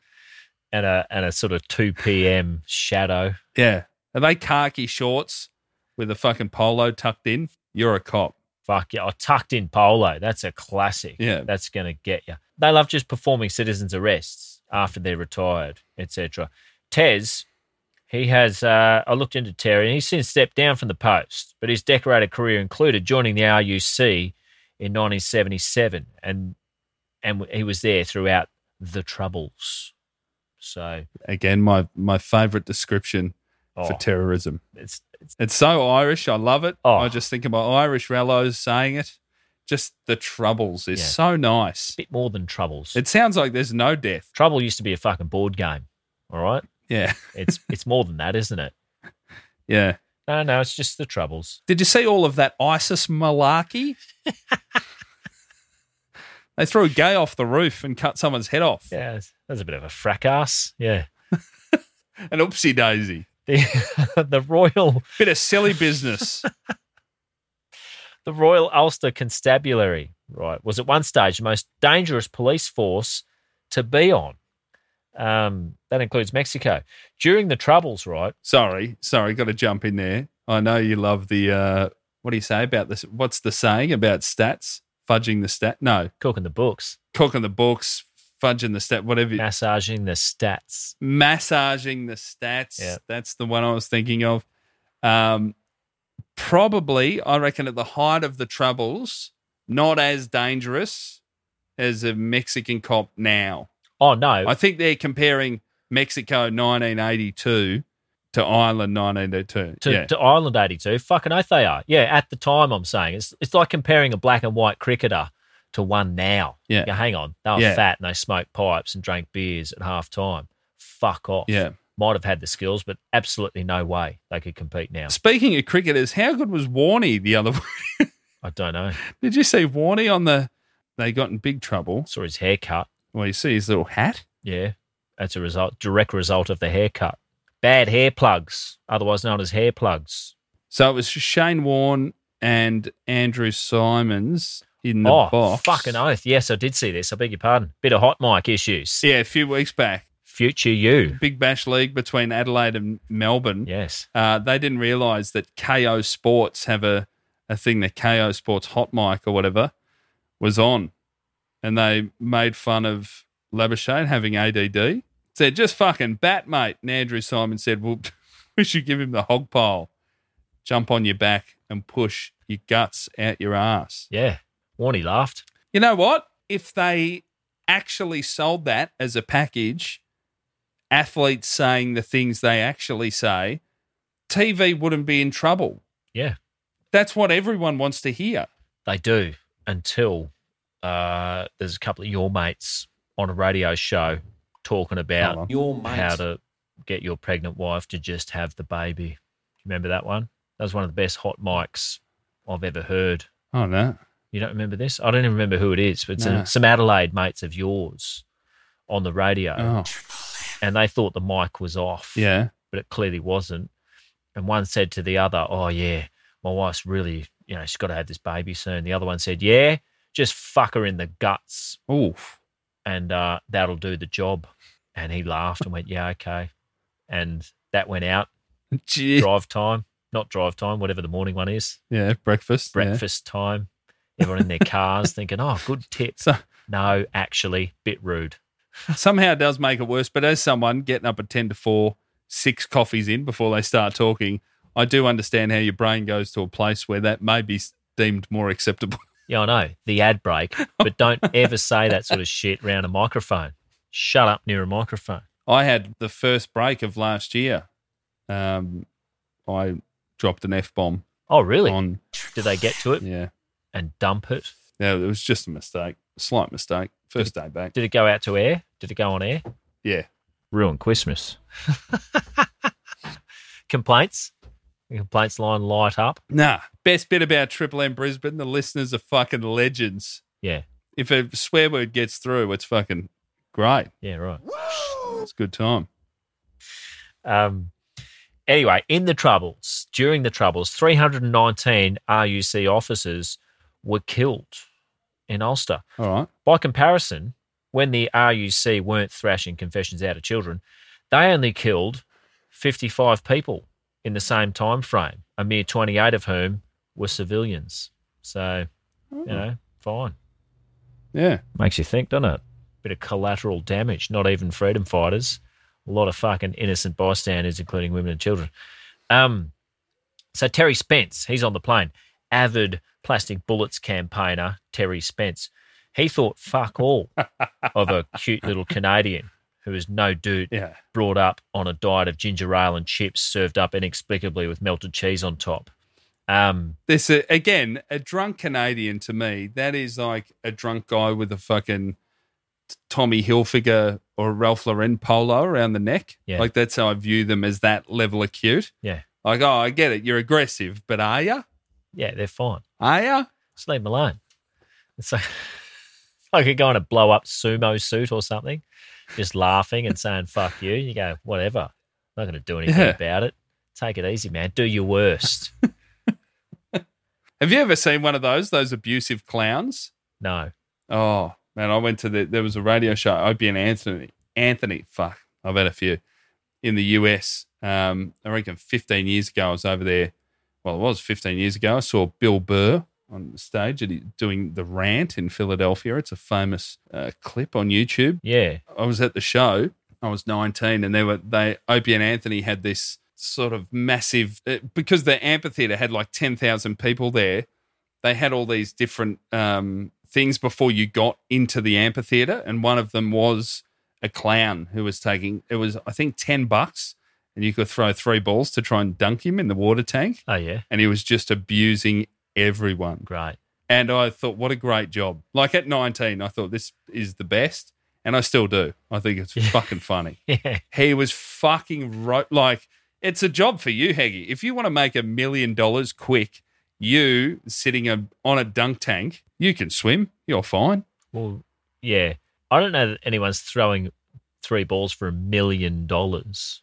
Speaker 10: and a and a sort of two p.m. shadow?
Speaker 9: yeah. Are they khaki shorts with a fucking polo tucked in? You're a cop.
Speaker 10: Fuck yeah. I tucked in polo. That's a classic.
Speaker 9: Yeah.
Speaker 10: That's going to get you. They love just performing citizens' arrests after they're retired, etc. Tez, he has, uh, I looked into Terry and he's since stepped down from the post, but his decorated career included joining the RUC in 1977 and, and he was there throughout the Troubles. So, oh,
Speaker 9: Again, my my favorite description for terrorism.
Speaker 10: It's,
Speaker 9: it's so Irish. I love it.
Speaker 10: Oh.
Speaker 9: I just think about Irish rellos saying it. Just the troubles is
Speaker 10: Yeah.
Speaker 9: so nice.
Speaker 10: bit more than troubles.
Speaker 9: It sounds like there's no death.
Speaker 10: Trouble used to be a fucking board game. All right.
Speaker 9: Yeah.
Speaker 10: It's it's more than that, isn't it?
Speaker 9: Yeah.
Speaker 10: No, no, it's just the troubles.
Speaker 9: Did you see all of that ISIS malarkey? they threw a gay off the roof and cut someone's head off.
Speaker 10: Yeah, that's a bit of a fracas. Yeah.
Speaker 9: An oopsie daisy.
Speaker 10: The the royal
Speaker 9: Bit of silly business.
Speaker 10: the Royal Ulster Constabulary, right, was at one stage the most dangerous police force to be on. Um, that includes Mexico. During the Troubles, right?
Speaker 9: sorry, sorry, got to jump in there. I know you love the uh, what do you say about this? What's the saying about stats? Fudging the stat? No,
Speaker 10: Cooking the books,
Speaker 9: cooking the books, fudging the stat, whatever. you-
Speaker 10: massaging the stats.
Speaker 9: massaging the stats.
Speaker 10: Yeah.
Speaker 9: That's the one I was thinking of. Um, probably, I reckon, at the height of the troubles, not as dangerous as a Mexican cop now.
Speaker 10: Oh, no.
Speaker 9: I think they're comparing Mexico 1982 to Ireland 1982.
Speaker 10: to,
Speaker 9: yeah.
Speaker 10: to Ireland 82. Fucking oath they are. Yeah, at the time, I'm saying. It's, it's like comparing a black and white cricketer to one now.
Speaker 9: Yeah.
Speaker 10: hang on. They were
Speaker 9: Yeah.
Speaker 10: fat and they smoked pipes and drank beers at half time. Fuck off.
Speaker 9: Yeah.
Speaker 10: Might have had the skills, but absolutely no way they could compete now.
Speaker 9: Speaking of cricketers, how good was Warney the other week?
Speaker 10: I don't know.
Speaker 9: Did you see Warney on the. They got in big trouble.
Speaker 10: Saw his haircut.
Speaker 9: Well, you see his little hat.
Speaker 10: Yeah. That's a result, direct result of the haircut. Bad hair plugs, otherwise known as hair plugs.
Speaker 9: So it was Shane Warne and Andrew Simons in the
Speaker 10: oh,
Speaker 9: box.
Speaker 10: fucking oath. Yes, I did see this. I beg your pardon. Bit of hot mic issues.
Speaker 9: Yeah, a few weeks back.
Speaker 10: Future you.
Speaker 9: Big Bash League between Adelaide and Melbourne.
Speaker 10: Yes.
Speaker 9: Uh, they didn't realise that KO Sports have a, a thing, the KO Sports hot mic or whatever was on. And they made fun of Labuschagne having ADD. Said, just fucking bat, mate. And Andrew Simon said, well, we should give him the hog pile. Jump on your back and push your guts out your ass.
Speaker 10: Yeah. Warney laughed.
Speaker 9: You know what? If they actually sold that as a package, athletes saying the things they actually say, TV wouldn't be in trouble.
Speaker 10: Yeah.
Speaker 9: That's what everyone wants to hear.
Speaker 10: They do until uh, there's a couple of your mates on a radio show talking about
Speaker 6: Your
Speaker 10: how to get your pregnant wife to just have the baby. Do you remember that one? That was one of the best hot mics I've ever heard.
Speaker 9: Oh no.
Speaker 10: You don't remember this? I don't even remember who it is, but
Speaker 9: No.
Speaker 10: some, some Adelaide mates of yours on the radio,
Speaker 9: Oh.
Speaker 10: and they thought the mic was off.
Speaker 9: Yeah.
Speaker 10: but it clearly wasn't. And one said to the other, "Oh yeah, my wife's really, you know, she's got to have this baby soon." The other one said, "Yeah, just fuck her in the guts,
Speaker 9: Oof.
Speaker 10: and uh, that'll do the job." And he laughed and went, "Yeah, okay." And that went out
Speaker 9: Gee.
Speaker 10: drive time, not drive time, whatever the morning one is,
Speaker 9: Yeah, breakfast. yeah.
Speaker 10: breakfast time. Everyone in their cars thinking, "Oh, good tip."
Speaker 9: So
Speaker 10: No, actually, bit rude.
Speaker 9: somehow it does make it worse. But as someone getting up at ten to four, six coffees in before they start talking, I do understand how your brain goes to a place where that may be deemed more acceptable.
Speaker 10: Yeah, I know the ad break, but don't ever say that sort of shit round a microphone. Shut up near a microphone.
Speaker 9: I had the first break of last year. Um, I dropped an f bomb
Speaker 10: Oh, really?
Speaker 9: on.
Speaker 10: Did they get to it
Speaker 9: Yeah,
Speaker 10: and dump it?
Speaker 9: yeah, it was just a mistake, slight mistake. First day back.
Speaker 10: Did it go out to air? Did it go on air?
Speaker 9: Yeah,
Speaker 13: Ruin Christmas.
Speaker 10: Complaints? The complaints line light up.
Speaker 9: nah. Best bit about Triple M Brisbane: the listeners are fucking legends.
Speaker 10: Yeah.
Speaker 9: If a swear word gets through, it's fucking great.
Speaker 10: Yeah, right.
Speaker 9: It's a good time.
Speaker 10: Um, anyway, in the Troubles, during the Troubles, 319 RUC officers were killed in Ulster.
Speaker 9: All right.
Speaker 10: By comparison, when the RUC weren't thrashing confessions out of children, they only killed 55 people in the same time frame, a mere 28 of whom were civilians. So, you know, fine.
Speaker 9: Yeah.
Speaker 13: Makes you think, doesn't it?
Speaker 10: Bit of collateral damage, not even freedom fighters. A lot of fucking innocent bystanders, including women and children. Um, so Terry Spence, he's on the plane. Avid plastic bullets campaigner Terry Spence. He thought fuck all of a cute little Canadian who is no dude
Speaker 9: Yeah.
Speaker 10: brought up on a diet of ginger ale and chips served up inexplicably with melted cheese on top. Um,
Speaker 9: This uh, again, a drunk Canadian to me, that is like a drunk guy with a fucking Tommy Hilfiger or Ralph Lauren polo around the neck.
Speaker 10: Yeah.
Speaker 9: Like that's how I view them as that level of cute.
Speaker 10: yeah,
Speaker 9: Like, oh, I get it, you're aggressive, but are you?
Speaker 10: yeah, they're fine.
Speaker 9: Are you?
Speaker 10: Just leave them alone. It's like, it's like you're going to blow up sumo suit or something, just laughing and saying "fuck you." You go, whatever. not going to do anything
Speaker 9: Yeah.
Speaker 10: about it. Take it easy, man. Do your worst.
Speaker 9: Have you ever seen one of those, those abusive clowns?
Speaker 10: no.
Speaker 9: Oh man, I went to the there was a radio show. Opie and Anthony. Anthony, fuck, I've had a few in the US. Um, I reckon 15 years ago, I was over there. Well, it was 15 years ago. I saw Bill Burr on the stage and he, doing the rant in Philadelphia. It's a famous uh, clip on YouTube.
Speaker 10: Yeah.
Speaker 9: I was at the show. I was 19, and they were they Opie and Anthony had this sort of massive it- because the amphitheater had like 10,000 people there. They had all these different um, things before you got into the amphitheater, and one of them was a clown who was taking it was I think 10 bucks, and you could throw three balls to try and dunk him in the water tank,
Speaker 10: Oh yeah.
Speaker 9: and he was just abusing everyone.
Speaker 10: Great.
Speaker 9: And I thought, what a great job. Like at 19, I thought this is the best. And I still do. I think it's fucking funny.
Speaker 10: Yeah.
Speaker 9: He was fucking ro- like, it's a job for you, Haggy. If you want to make a million dollars quick, you sitting a, on a dunk tank, you can swim. You're fine.
Speaker 10: Well, yeah. I don't know that anyone's throwing three balls for a million dollars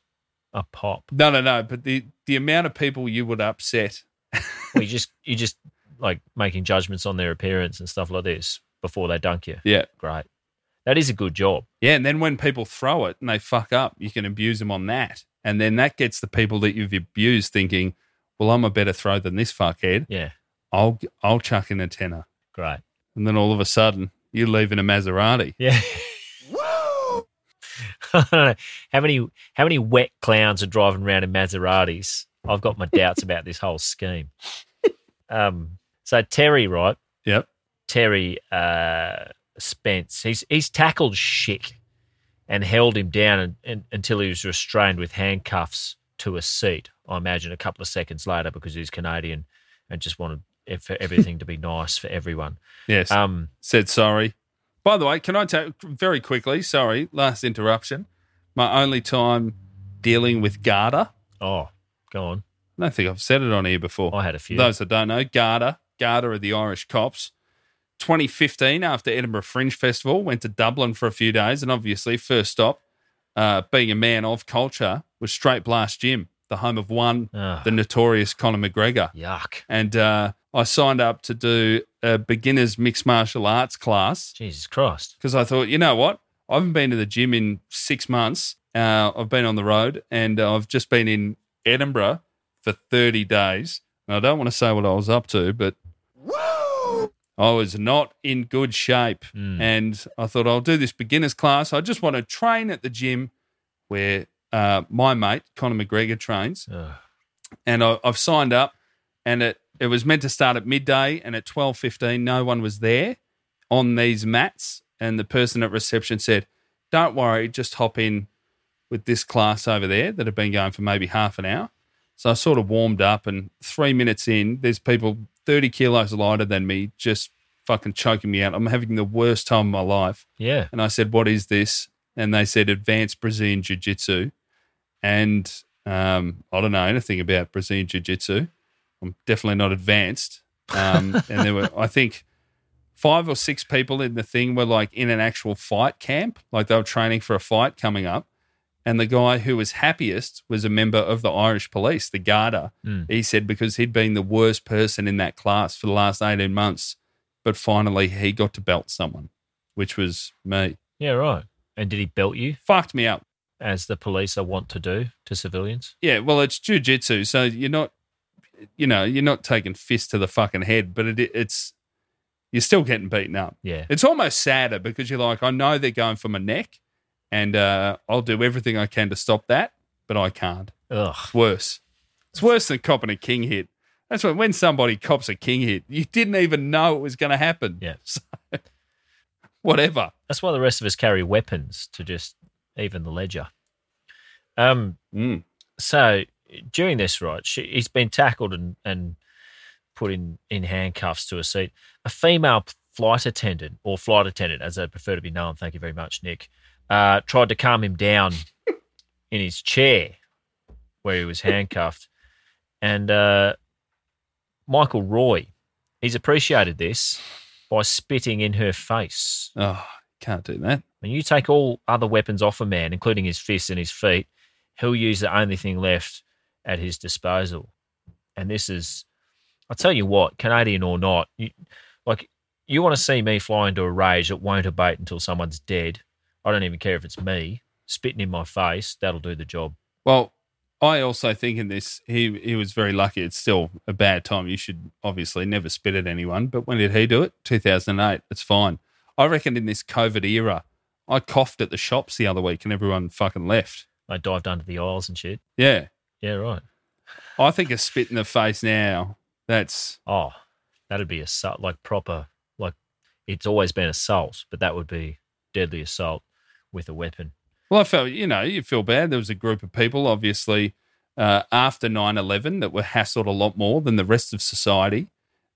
Speaker 10: a pop.
Speaker 9: No, no, no. But the, the amount of people you would upset.
Speaker 10: Well, you just you just like making judgments on their appearance and stuff like this before they dunk you.
Speaker 9: Yeah.
Speaker 10: Great. That is a good job.
Speaker 9: Yeah. And then when people throw it and they fuck up, you can abuse them on that. And then that gets the people that you've abused thinking, well, I'm a better throw than this fuckhead.
Speaker 10: Yeah.
Speaker 9: I'll I'll chuck in a tenner,
Speaker 10: Great.
Speaker 9: and then all of a sudden you leave in a Maserati.
Speaker 10: Yeah. I don't know. How many how many wet clowns are driving around in Maseratis? I've got my doubts about this whole scheme. Um, so Terry, right?
Speaker 9: Yep.
Speaker 10: Terry uh, Spence. He's he's tackled Schick and held him down and, and, until he was restrained with handcuffs to a seat. I imagine a couple of seconds later because he's Canadian and just wanted ev- for everything to be nice for everyone.
Speaker 9: Yes.
Speaker 10: Um,
Speaker 9: Said sorry. By the way, can I tell very quickly? Sorry, last interruption. My only time dealing with Garda.
Speaker 10: oh, go on.
Speaker 9: I don't think I've said it on here before.
Speaker 10: I had a few.
Speaker 9: Those that don't know, Garda, Garda are the Irish cops. 2015, after Edinburgh Fringe Festival, went to Dublin for a few days, and obviously, first stop, uh, being a man of culture, was Straight Blast Gym, the home of one,
Speaker 10: Ah.
Speaker 9: the notorious Conor McGregor.
Speaker 10: Yuck.
Speaker 9: and uh, I signed up to do a beginner's mixed martial arts class
Speaker 10: Jesus Christ.
Speaker 9: because I thought, you know what? I haven't been to the gym in six months. Uh, I've been on the road and I've just been in Edinburgh for 30 days. And I don't want to say what I was up to, but I was not in good shape. And I thought, I'll do this beginner's class. I just want to train at the gym where uh, my mate, Conor McGregor, trains
Speaker 10: Ugh.
Speaker 9: and I, I've signed up, and it it was meant to start at midday, and at twelve fifteen, no one was there on these mats, and the person at reception said, "Don't worry, just hop in with this class over there that had been going for maybe half an hour." So I sort of warmed up, and three minutes in, there's people thirty kilos lighter than me just fucking choking me out. I'm having the worst time of my life.
Speaker 10: Yeah.
Speaker 9: And I said, "What is this?" And they said, "Advanced Brazilian Jiu Jitsu." And um, I don't know anything about Brazilian Jiu Jitsu. I'm definitely not advanced. Um, and there were, I think, five or six people in the thing were like in an actual fight camp, like they were training for a fight coming up. And the guy who was happiest was a member of the Irish police, the Garda. He said because he'd been the worst person in that class for the last 18 months. But finally, he got to belt someone, which was me.
Speaker 10: Yeah, right. And did he belt you
Speaker 9: Fucked me up.
Speaker 10: as the police are wont to do to civilians?
Speaker 9: Yeah, well, it's jujitsu, so you're not, you know, you're not taking fist to the fucking head, but it, it's you're still getting beaten up.
Speaker 10: Yeah.
Speaker 9: It's almost sadder because you're like, I know they're going for my neck, and uh, I'll do everything I can to stop that, but I can't.
Speaker 10: Ugh.
Speaker 9: It's worse. It's worse than copping a king hit. That's when when somebody cops a king hit, you didn't even know it was going to happen.
Speaker 10: Yeah.
Speaker 9: So, whatever.
Speaker 10: That's why the rest of us carry weapons to just even the ledger. Um,
Speaker 9: mm.
Speaker 10: So during this, right, she, he's been tackled and, and put in, in handcuffs to a seat. A female flight attendant, or flight attendant, as I prefer to be known, thank you very much, Nick, uh, tried to calm him down in his chair where he was handcuffed. And uh, Michael Roy, he's appreciated this by spitting in her face.
Speaker 9: Oh, can't do that.
Speaker 10: When you take all other weapons off a man, including his fists and his feet, he'll use the only thing left at his disposal. And this is, I tell you what, Canadian or not, you, like you want to see me fly into a rage that won't abate until someone's dead. I don't even care if it's me spitting in my face. That'll do the job.
Speaker 9: Well, I also think in this he he was very lucky. It's still a bad time. You should obviously never spit at anyone. But when did he do it? Two thousand eight. It's fine. I reckon in this COVID era, I coughed at the shops the other week and everyone fucking left.
Speaker 10: They dived under the aisles and shit.
Speaker 9: Yeah.
Speaker 10: Yeah. Right.
Speaker 9: I think a spit in the face now. That's
Speaker 10: oh, that'd be assault like proper like it's always been assault, but that would be deadly assault with a weapon.
Speaker 9: Well, I felt, you know, you feel bad. There was a group of people, obviously, uh, after 9 11 that were hassled a lot more than the rest of society.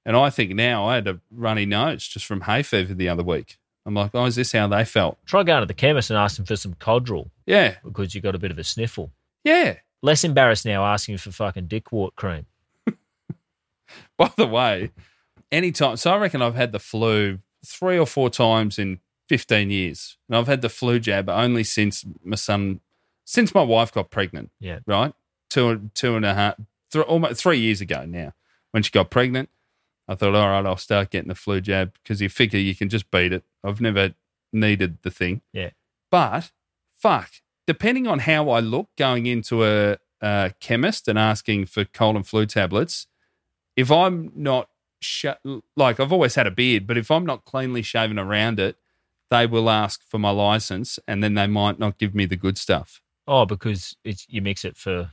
Speaker 9: And I think now I had a runny nose just from hay fever the other week. I'm like, oh, is this how they felt?
Speaker 10: Try going to the chemist and asking for some Codral.
Speaker 9: Yeah.
Speaker 10: Because you got a bit of a sniffle.
Speaker 9: Yeah.
Speaker 10: Less embarrassed now asking for fucking dickwort cream.
Speaker 9: By the way, anytime. So I reckon I've had the flu three or four times in 15 years. And I've had the flu jab only since my son, since my wife got pregnant.
Speaker 10: Yeah.
Speaker 9: Right? Two, two and a half, three, almost three years ago now, when she got pregnant. I thought, all right, I'll start getting the flu jab because you figure you can just beat it. I've never needed the thing.
Speaker 10: Yeah.
Speaker 9: But fuck, depending on how I look going into a, a chemist and asking for cold and flu tablets, if I'm not, sh- like, I've always had a beard, but if I'm not cleanly shaven around it, they will ask for my license and then they might not give me the good stuff.
Speaker 10: Oh, because it's, you mix it for.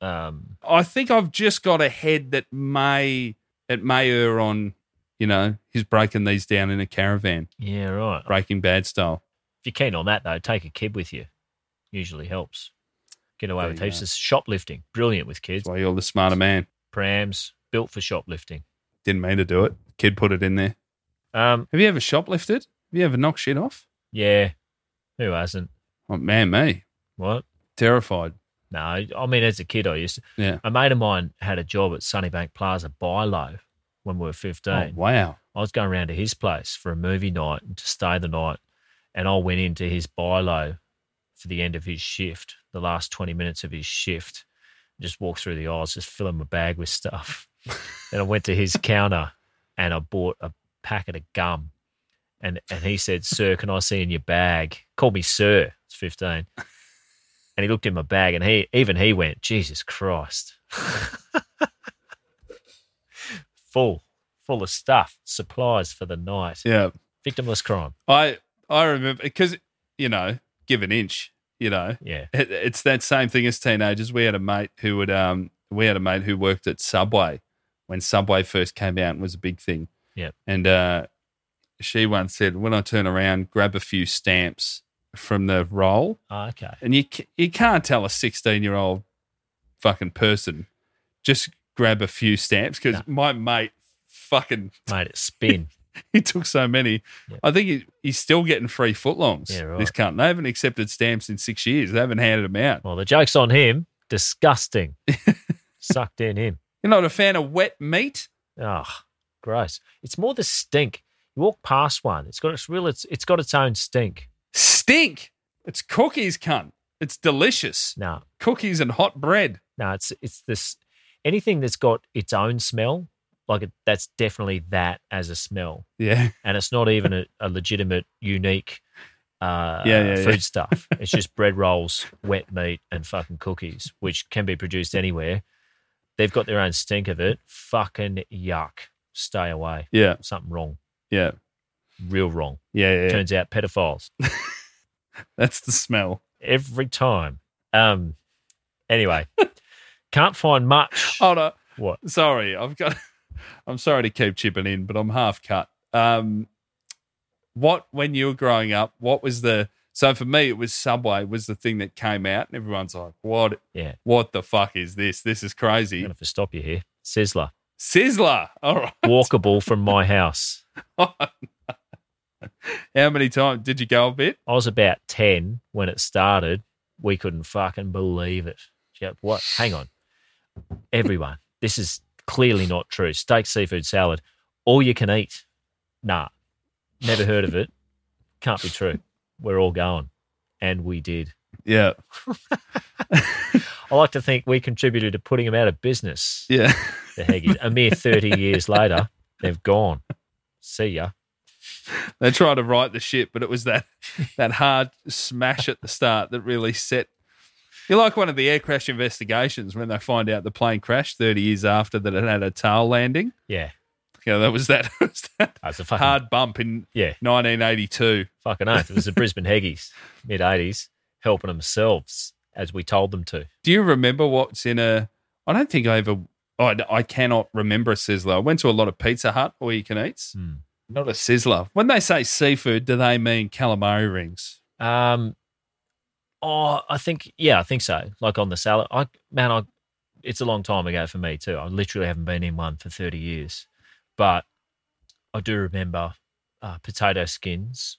Speaker 10: Um...
Speaker 9: I think I've just got a head that may it may err on, you know, he's breaking these down in a caravan.
Speaker 10: Yeah, right.
Speaker 9: Breaking Bad style.
Speaker 10: If you're keen on that though, take a kid with you. Usually helps. Get away there with heaps. Know. Shoplifting, brilliant with kids.
Speaker 9: That's why you're the smarter man.
Speaker 10: Prams built for shoplifting.
Speaker 9: Didn't mean to do it. Kid put it in there.
Speaker 10: Um,
Speaker 9: Have you ever shoplifted? Have you ever knocked shit off?
Speaker 10: Yeah. Who hasn't?
Speaker 9: Oh, man, me.
Speaker 10: What?
Speaker 9: Terrified.
Speaker 10: No, I mean, as a kid, I used to.
Speaker 9: Yeah.
Speaker 10: A mate of mine had a job at Sunnybank Plaza buy low when we were 15. Oh,
Speaker 9: wow.
Speaker 10: I was going around to his place for a movie night and to stay the night. And I went into his buy low for the end of his shift, the last 20 minutes of his shift. Just walked through the aisles, just filling my bag with stuff. and I went to his counter and I bought a packet of gum and and he said, "Sir, can I see in your bag?" Called me sir. It's fifteen, and he looked in my bag, and he even he went, "Jesus Christ, full full of stuff, supplies for the night."
Speaker 9: Yeah,
Speaker 10: victimless crime.
Speaker 9: I I remember because you know, give an inch, you know.
Speaker 10: Yeah,
Speaker 9: it, it's that same thing as teenagers. We had a mate who would um we had a mate who worked at Subway when Subway first came out and was a big thing.
Speaker 10: Yeah,
Speaker 9: and uh she once said, "When I turn around, grab a few stamps from the roll."
Speaker 10: Oh, okay.
Speaker 9: And you you can't tell a sixteen year old fucking person just grab a few stamps because no. my mate fucking
Speaker 10: made it spin.
Speaker 9: he, he took so many. Yep. I think he, he's still getting free footlongs.
Speaker 10: Yeah, right.
Speaker 9: This cunt. They haven't accepted stamps in six years. They haven't handed them out.
Speaker 10: Well, the joke's on him. Disgusting. Sucked in him.
Speaker 9: You're not a fan of wet meat?
Speaker 10: Oh, gross. It's more the stink. You walk past one. It's got its real. It's it's got its own stink.
Speaker 9: Stink. It's cookies, cunt. It's delicious.
Speaker 10: No
Speaker 9: cookies and hot bread.
Speaker 10: No, it's it's this anything that's got its own smell. Like it, that's definitely that as a smell.
Speaker 9: Yeah,
Speaker 10: and it's not even a, a legitimate, unique. Uh,
Speaker 9: yeah, yeah,
Speaker 10: food
Speaker 9: yeah.
Speaker 10: stuff. It's just bread rolls, wet meat, and fucking cookies, which can be produced anywhere. They've got their own stink of it. Fucking yuck. Stay away.
Speaker 9: Yeah.
Speaker 10: Something wrong.
Speaker 9: Yeah.
Speaker 10: Real wrong.
Speaker 9: Yeah. yeah, yeah.
Speaker 10: Turns out pedophiles.
Speaker 9: That's the smell.
Speaker 10: Every time. Um anyway. can't find much.
Speaker 9: Hold on.
Speaker 10: What?
Speaker 9: Sorry, I've got I'm sorry to keep chipping in, but I'm half cut. Um what when you were growing up, what was the So for me, it was Subway was the thing that came out, and everyone's like, "What?
Speaker 10: Yeah,
Speaker 9: what the fuck is this? This is crazy." I'm
Speaker 10: gonna have to stop you here. Sizzler,
Speaker 9: Sizzler. All right,
Speaker 10: walkable from my house.
Speaker 9: How many times did you go a bit?
Speaker 10: I was about ten when it started. We couldn't fucking believe it. She go, what? Hang on, everyone, this is clearly not true. Steak, seafood salad, all you can eat. Nah, never heard of it. Can't be true. We're all going, and we did.
Speaker 9: Yeah.
Speaker 10: I like to think we contributed to putting them out of business.
Speaker 9: Yeah.
Speaker 10: The Heggies. A mere 30 years later, they've gone. See ya.
Speaker 9: They tried to right the ship, but it was that that hard smash at the start that really set. You're like one of the air crash investigations when they find out the plane crashed 30 years after that it had a tail landing.
Speaker 10: Yeah.
Speaker 9: Yeah, that was that, was that
Speaker 10: That's a fucking-
Speaker 9: hard bump in
Speaker 10: Yeah.
Speaker 9: 1982.
Speaker 10: Fucking oath. It was the Brisbane Heggies, mid 80s, helping themselves as we told them to.
Speaker 9: Do you remember what's in a? I don't think I ever. I, I cannot remember a sizzler. I went to a lot of Pizza Hut all you can eats. Not a sizzler. When they say seafood, do they mean calamari rings?
Speaker 10: Um, oh, I think, yeah, I think so. Like on the salad. I, man, I, it's a long time ago for me too. I literally haven't been in one for 30 years. But I do remember uh, potato skins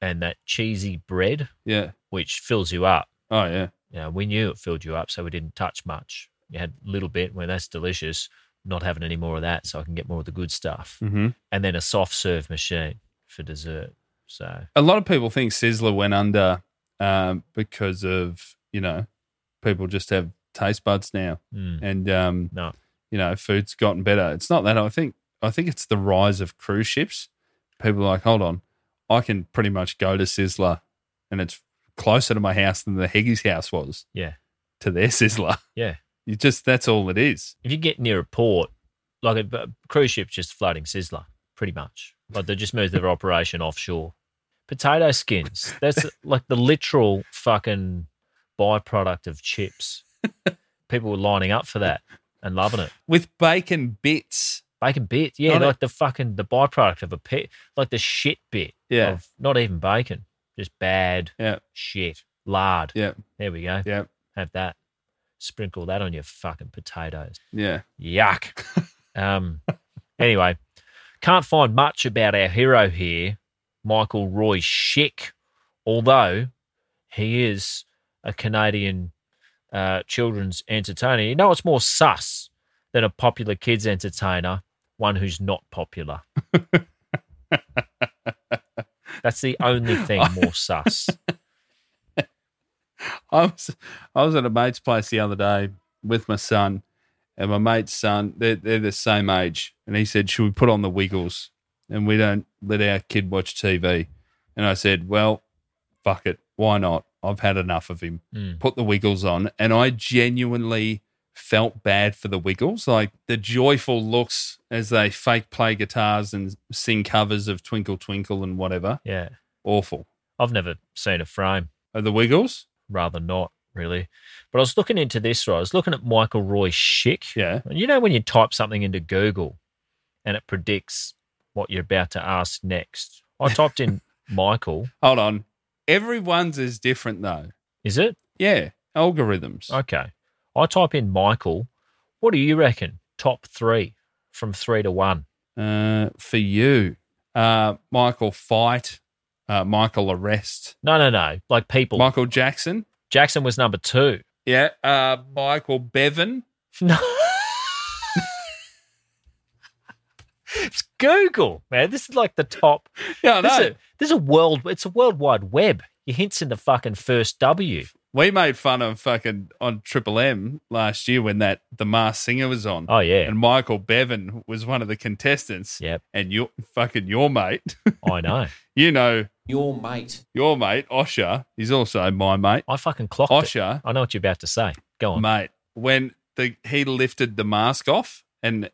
Speaker 10: and that cheesy bread,
Speaker 9: Yeah.
Speaker 10: which fills you up.
Speaker 9: Oh yeah.
Speaker 10: you know, we knew it filled you up, so we didn't touch much. You had a little bit, well, that's delicious. Not having any more of that, so I can get more of the good stuff.
Speaker 9: Mhm.
Speaker 10: And then a soft serve machine for dessert. So
Speaker 9: A lot of people think sizzler went under um, because of you know people just have taste buds now,
Speaker 10: Mm.
Speaker 9: and um,
Speaker 10: no,
Speaker 9: you know food's gotten better. It's not that I think. I think it's the rise of cruise ships. People are like, hold on, I can pretty much go to sizzler, and it's closer to my house than the Heggy's house was.
Speaker 10: yeah,
Speaker 9: to their sizzler.
Speaker 10: yeah.
Speaker 9: You just that's all it is.
Speaker 10: If you get near a port, like a, a cruise ship's just floating sizzler, pretty much. Like they just moved their operation offshore. Potato skins. That's like the literal fucking byproduct of chips. People were lining up for that and loving it.
Speaker 9: With bacon bits.
Speaker 10: Bacon bit, yeah,
Speaker 9: Not e- a-
Speaker 10: like the fucking the byproduct of a pet, like the shit bit.
Speaker 9: Yeah.
Speaker 10: of not even bacon, just bad
Speaker 9: Yeah.
Speaker 10: shit, lard.
Speaker 9: Yeah.
Speaker 10: There we go.
Speaker 9: Yeah.
Speaker 10: Have that. Sprinkle that on your fucking potatoes.
Speaker 9: Yeah.
Speaker 10: Yuck. um. Anyway, can't find much about our hero here, Michael Roy Schick, although he is a Canadian uh, children's entertainer. You know, it's more sus than a popular kids entertainer, one who's not popular. That's the only thing more sus.
Speaker 9: I was I was at a mate's place the other day with my son and my mate's son, they're they're the same age. And he said, Should we put on the wiggles? And we don't let our kid watch TV. And I said, Well, fuck it. Why not? I've had enough of him.
Speaker 10: Mm.
Speaker 9: Put the wiggles on. And I genuinely felt bad for the wiggles. Like the joyful looks as they fake play guitars and sing covers of Twinkle Twinkle and whatever.
Speaker 10: Yeah.
Speaker 9: Awful.
Speaker 10: I've never seen a frame.
Speaker 9: Are the wiggles?
Speaker 10: rather not really. But I was looking into this, right? I was looking at Michael Roy Schick.
Speaker 9: Yeah.
Speaker 10: And you know when you type something into Google and it predicts what you're about to ask next. I typed in Michael.
Speaker 9: Hold on. Everyone's is different though.
Speaker 10: Is it?
Speaker 9: Yeah. Algorithms.
Speaker 10: Okay. I type in Michael. What do you reckon? Top three from three to one.
Speaker 9: Uh, for you, uh, Michael Fight, uh, Michael Arrest,
Speaker 10: No, no, no. Like people.
Speaker 9: Michael Jackson.
Speaker 10: Jackson was number two.
Speaker 9: Yeah. Uh, Michael Bevan.
Speaker 10: No. it's Google, man. This is like the top.
Speaker 9: Yeah, I
Speaker 10: this,
Speaker 9: know.
Speaker 10: Is a, this is a world. It's a worldwide web. Your hints in the fucking first W.
Speaker 9: We made fun of fucking on Triple M last year when that The Masked Singer was on.
Speaker 10: Oh yeah,
Speaker 9: And Michael Bevan was one of the contestants.
Speaker 10: Yep.
Speaker 9: And your fucking your mate,
Speaker 10: I know.
Speaker 9: you know,
Speaker 6: Your mate.
Speaker 9: your mate, Osher, he's also my mate.
Speaker 10: I fucking clocked it.
Speaker 9: Osher,
Speaker 10: I know what you're about to say. Go on.
Speaker 9: mate. When the he lifted the mask off, and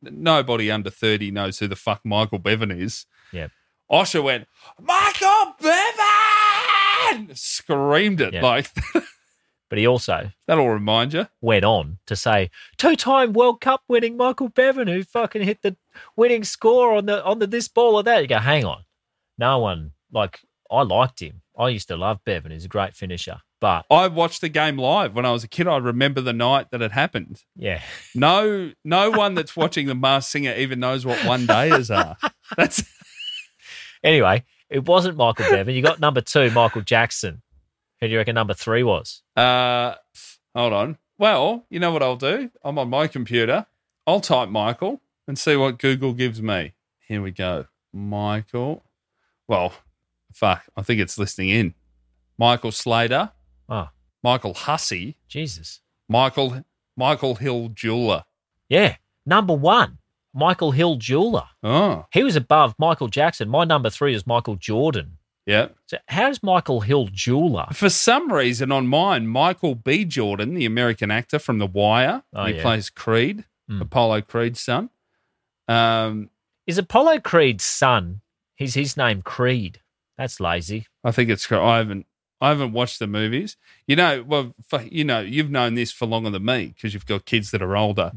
Speaker 9: nobody under thirty knows who the fuck Michael Bevan is.
Speaker 10: Yeah.
Speaker 9: Osher went, Michael Bevan, screamed it
Speaker 10: Yeah.
Speaker 9: like
Speaker 10: But he also
Speaker 9: that'll remind you.
Speaker 10: went on to say two-time World Cup winning Michael Bevan, who fucking hit the winning score on the on the this ball or that. You go, hang on. No one like I liked him. I used to love Bevan. He's a great finisher. But
Speaker 9: I watched the game live when I was a kid. I remember the night that it happened.
Speaker 10: Yeah.
Speaker 9: No, no one that's watching the Masked Singer even knows what one dayers are. That's
Speaker 10: anyway. It wasn't Michael Bevan. You got number two, Michael Jackson. Who do you reckon number three was?
Speaker 9: Uh, hold on. Well, you know what I'll do? I'm on my computer. I'll type Michael and see what Google gives me. Here we go. Michael. Well, fuck. I think it's listening in. Michael Slater.
Speaker 10: Oh,
Speaker 9: Michael Hussey.
Speaker 10: Jesus.
Speaker 9: Michael Michael Hill Jeweler.
Speaker 10: Yeah. Number one, Michael Hill Jeweler.
Speaker 9: Oh.
Speaker 10: He was above Michael Jackson. My number three is Michael Jordan.
Speaker 9: Yeah.
Speaker 10: So how does Michael Hill Jeweler?
Speaker 9: For some reason on mine, Michael B. Jordan, the American actor from The Wire.
Speaker 10: Oh,
Speaker 9: he
Speaker 10: yeah.
Speaker 9: plays Creed,
Speaker 10: Mm.
Speaker 9: Apollo Creed's son. Um,
Speaker 10: Is Apollo Creed's son? He's his name Creed. That's lazy.
Speaker 9: I think it's I haven't I haven't watched the movies. You know, well, fu- you know, you've known this for longer than me because you've got kids that are older.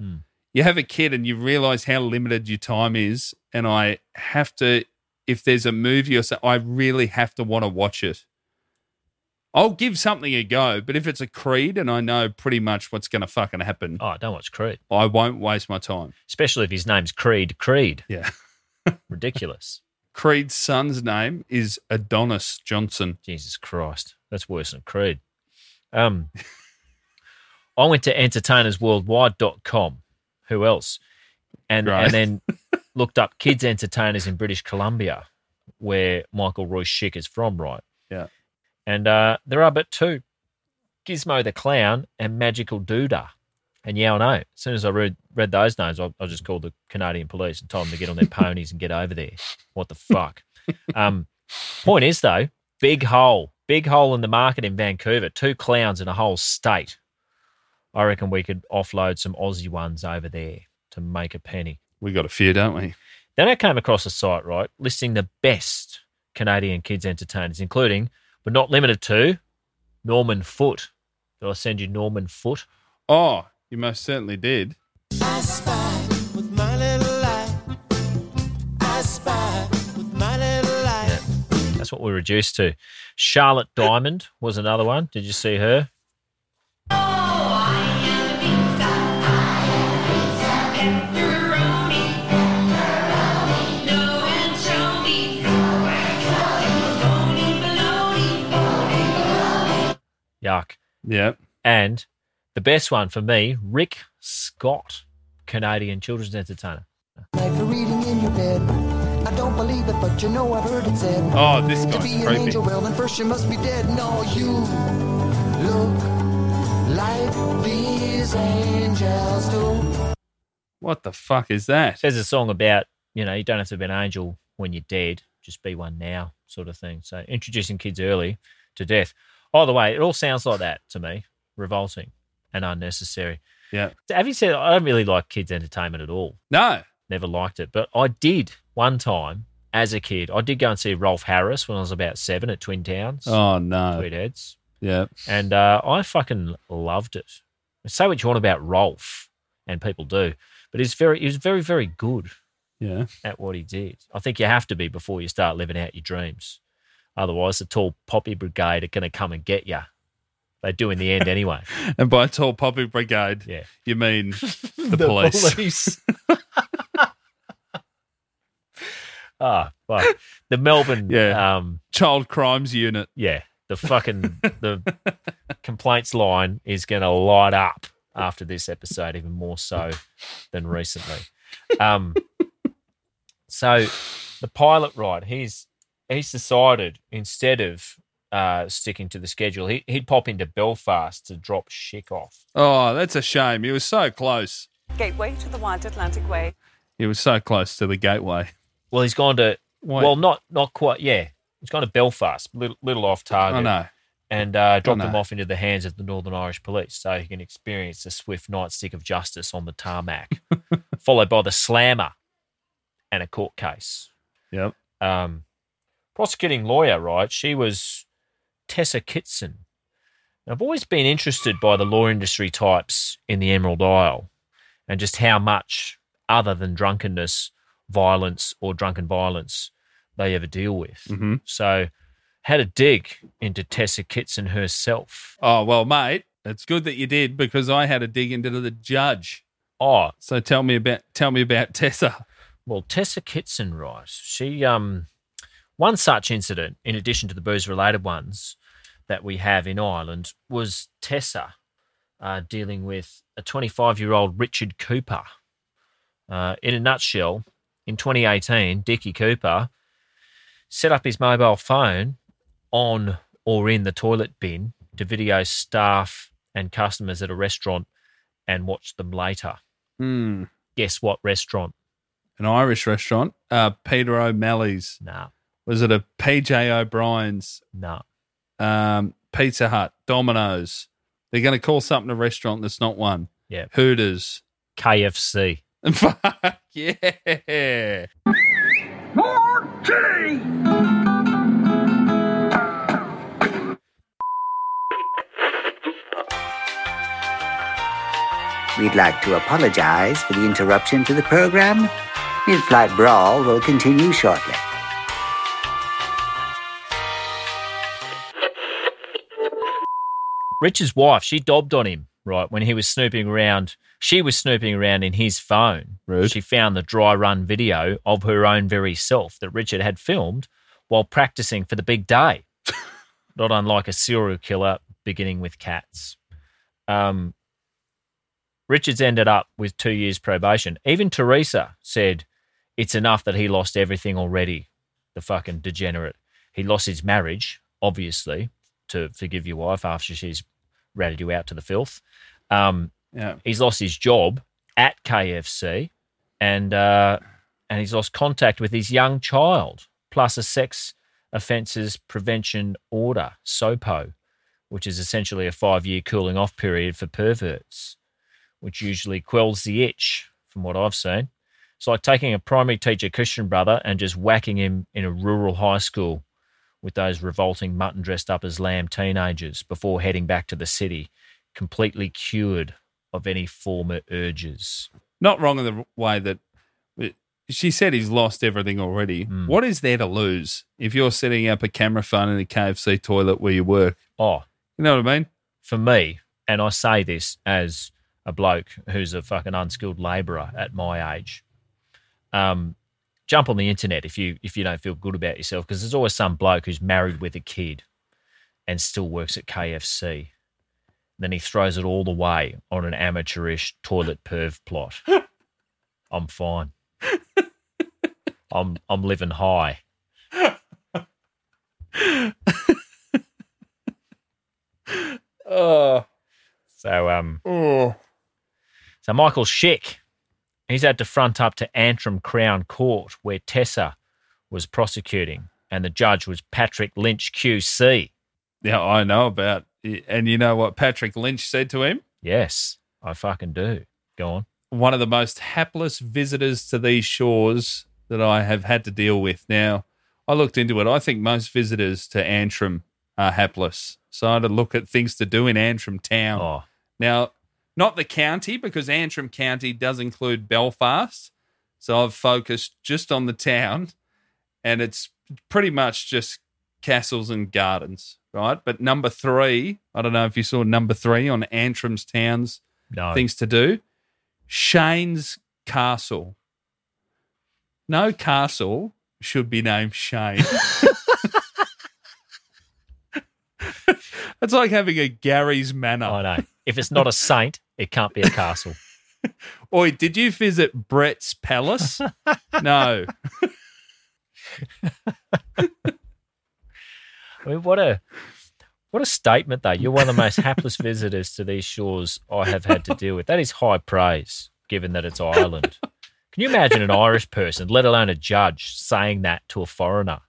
Speaker 9: You have a kid and you realize how limited your time is, and I have to. If there's a movie or something, I really have to want to watch it. I'll give something a go, but if it's a Creed and I know pretty much what's going to fucking happen,
Speaker 10: Oh, don't watch Creed,
Speaker 9: I won't waste my time.
Speaker 10: especially if his name's Creed. Creed.
Speaker 9: Yeah.
Speaker 10: Ridiculous.
Speaker 9: Creed's son's name is Adonis Johnson.
Speaker 10: Jesus Christ. That's worse than Creed. Um, I went to entertainersworldwide.com. Who else? And,
Speaker 9: Right.
Speaker 10: and then looked up kids entertainers in British Columbia, where Michael Roy Schick is from, right?
Speaker 9: Yeah.
Speaker 10: And uh, there are but two Gizmo the Clown and Magical Doodah. And yeah, I know. As soon as I read, read those names, I, I just called the Canadian police and told them to get on their ponies and get over there. What the fuck? Um, point is, though, big hole, big hole in the market in Vancouver. Two clowns in a whole state. I reckon we could offload some Aussie ones over there to make a penny.
Speaker 9: We got a few, don't we?
Speaker 10: Then I came across a site, right, listing the best Canadian kids entertainers, including, but not limited to, Norman Foot. Did I send you Norman Foot?
Speaker 9: Oh, you most certainly did.
Speaker 10: That's what we're reduced to. Charlotte Diamond was another one. Did you see her? Yuck.
Speaker 9: Yeah.
Speaker 10: And the best one for me, Rick Scott, Canadian children's entertainer.
Speaker 14: Like a reading in your bed. I don't believe it, but you know I've heard it said.
Speaker 9: Oh, this
Speaker 14: To
Speaker 9: guy's
Speaker 14: be an
Speaker 9: creepy.
Speaker 14: angel, well, then first you must be dead. No, you look like these angels do.
Speaker 9: What the fuck is that?
Speaker 10: There's a song about, you know, you don't have to be an angel when you're dead, just be one now, sort of thing. So introducing kids early to death. By the way, it all sounds like that to me revolting and unnecessary.
Speaker 9: Yeah.
Speaker 10: Have you said, I don't really like kids' entertainment at all.
Speaker 9: No.
Speaker 10: never liked it. But I did one time as a kid. I did go and see Rolf Harris when I was about seven at Twin Towns,
Speaker 9: Oh no.
Speaker 10: Tweed Heads,
Speaker 9: Yeah.
Speaker 10: and uh, I fucking loved it. Say what you want about Rolf, and people do, but he's very, he was very, very good
Speaker 9: Yeah.
Speaker 10: at what he did. I think you have to be before you start living out your dreams. Otherwise, the tall poppy brigade are going to come and get you. They do in the end anyway.
Speaker 9: And by tall poppy brigade,
Speaker 10: Yeah.
Speaker 9: you mean the, police.
Speaker 10: police. ah, fuck. The Melbourne
Speaker 9: Yeah.
Speaker 10: um,
Speaker 9: Child crimes unit.
Speaker 10: yeah, the fucking the complaints line is going to light up after this episode, even more so than recently. Um, so the pilot, right? He's he's decided instead of uh, sticking to the schedule, he, he'd pop into Belfast to drop Schick off.
Speaker 9: Oh, that's a shame. He was so close.
Speaker 15: Gateway to the Wide Atlantic Way.
Speaker 9: He was so close to the gateway.
Speaker 10: Well, he's gone to
Speaker 9: Wait.
Speaker 10: well, not not quite. Yeah, he's gone to Belfast, little, little off
Speaker 14: Ah,
Speaker 10: target.
Speaker 9: I know.
Speaker 10: and uh, dropped
Speaker 9: no.
Speaker 10: him off into the hands of the Northern Irish police so he can experience the swift nightstick of justice on the tarmac, followed by the slammer and a court case.
Speaker 9: Yep.
Speaker 10: Um, prosecuting lawyer, right? She was Tessa Kitson. And I've always been interested by the law industry types in the Emerald Isle and just how much, other than drunkenness, violence, or drunken violence, they ever deal with.
Speaker 9: Mhm.
Speaker 10: So, had a dig into Tessa Kitson herself.
Speaker 9: Oh, well, mate, it's good that you did because I had a dig into the judge.
Speaker 10: Oh.
Speaker 9: So tell me about tell me about Tessa.
Speaker 10: Well, Tessa Kitson, right? She um one such incident, in addition to the booze related ones that we have in Ireland, was Tessa uh, dealing with a 25 year old Richard Cooper. Uh, in a nutshell, in 2018, Dickie Cooper set up his mobile phone on or in the toilet bin to video staff and customers at a restaurant and watch them later.
Speaker 9: Hmm.
Speaker 10: Guess what restaurant?
Speaker 9: An Irish restaurant, uh, Peter O'Malley's.
Speaker 10: Nah,
Speaker 9: Was it a PJ O'Brien's,
Speaker 10: nah.
Speaker 9: um, Pizza Hut, Domino's? They're going to call something a restaurant that's not one.
Speaker 10: Yeah.
Speaker 9: Hooters.
Speaker 10: KFC.
Speaker 9: Fuck yeah.
Speaker 8: We'd like to apologize for the interruption to the program. Mid Flight Brawl will continue shortly.
Speaker 10: Rich's wife, she dobbed on him, right, when he was snooping around. She was snooping around in his phone. She found the dry run video of her own very self that Richard had filmed while practicing for the big day. Not unlike a serial killer beginning with cats. Um, Richards ended up with two years probation. Even Teresa said it's enough that he lost everything already. The fucking degenerate. He lost his marriage, obviously, to forgive your wife after she's ratted you out to the filth. Um,
Speaker 9: Yeah.
Speaker 10: He's lost his job at KFC, and uh, and he's lost contact with his young child, plus a sex offences prevention order (SOPO), which is essentially a five-year cooling off period for perverts, which usually quells the itch, from what I've seen. It's like taking a primary teacher Christian brother and just whacking him in a rural high school with those revolting mutton dressed up as lamb teenagers before heading back to the city, completely cured of any former urges.
Speaker 9: Not wrong in the way that she said he's lost everything already. What is there to lose if you're setting up a camera phone in a KFC toilet where you work?
Speaker 10: Oh,
Speaker 9: You know what I mean?
Speaker 10: for me, and I say this as a bloke who's a fucking unskilled labourer at my age. Um, jump on the internet if you if you don't feel good about yourself, because there's always some bloke who's married with a kid and still works at KFC. Then he throws it all away on an amateurish toilet perv plot. I'm fine. I'm I'm living high.
Speaker 9: Oh,
Speaker 10: So um
Speaker 9: oh.
Speaker 10: So Michael Schick, he's had to front up to Antrim Crown Court where Tessa was prosecuting, and the judge was Patrick Lynch QC.
Speaker 9: Yeah, I know about. And you know what Patrick Lynch said to him?
Speaker 10: Yes, I fucking do. Go on.
Speaker 9: One of the most hapless visitors to these shores that I have had to deal with. Now, I looked into it. I think most visitors to Antrim are hapless. So I had to look at things to do in Antrim town.
Speaker 10: Oh.
Speaker 9: Now, not the county, because Antrim County does include Belfast. So I've focused just on the town, and it's pretty much just castles and gardens, right? But number three, I don't know if you saw number three on Antrim's towns
Speaker 10: No.
Speaker 9: things to do, Shane's Castle. No castle should be named Shane. It's like having a Gary's Manor.
Speaker 10: I know. If it's not a saint, it can't be a castle.
Speaker 9: Oi, did you visit Brett's Palace? no.
Speaker 10: I mean, what a what a statement though. You're one of the most hapless visitors to these shores I have had to deal with. That is high praise, given that it's Ireland. Can you imagine an Irish person, let alone a judge, saying that to a foreigner?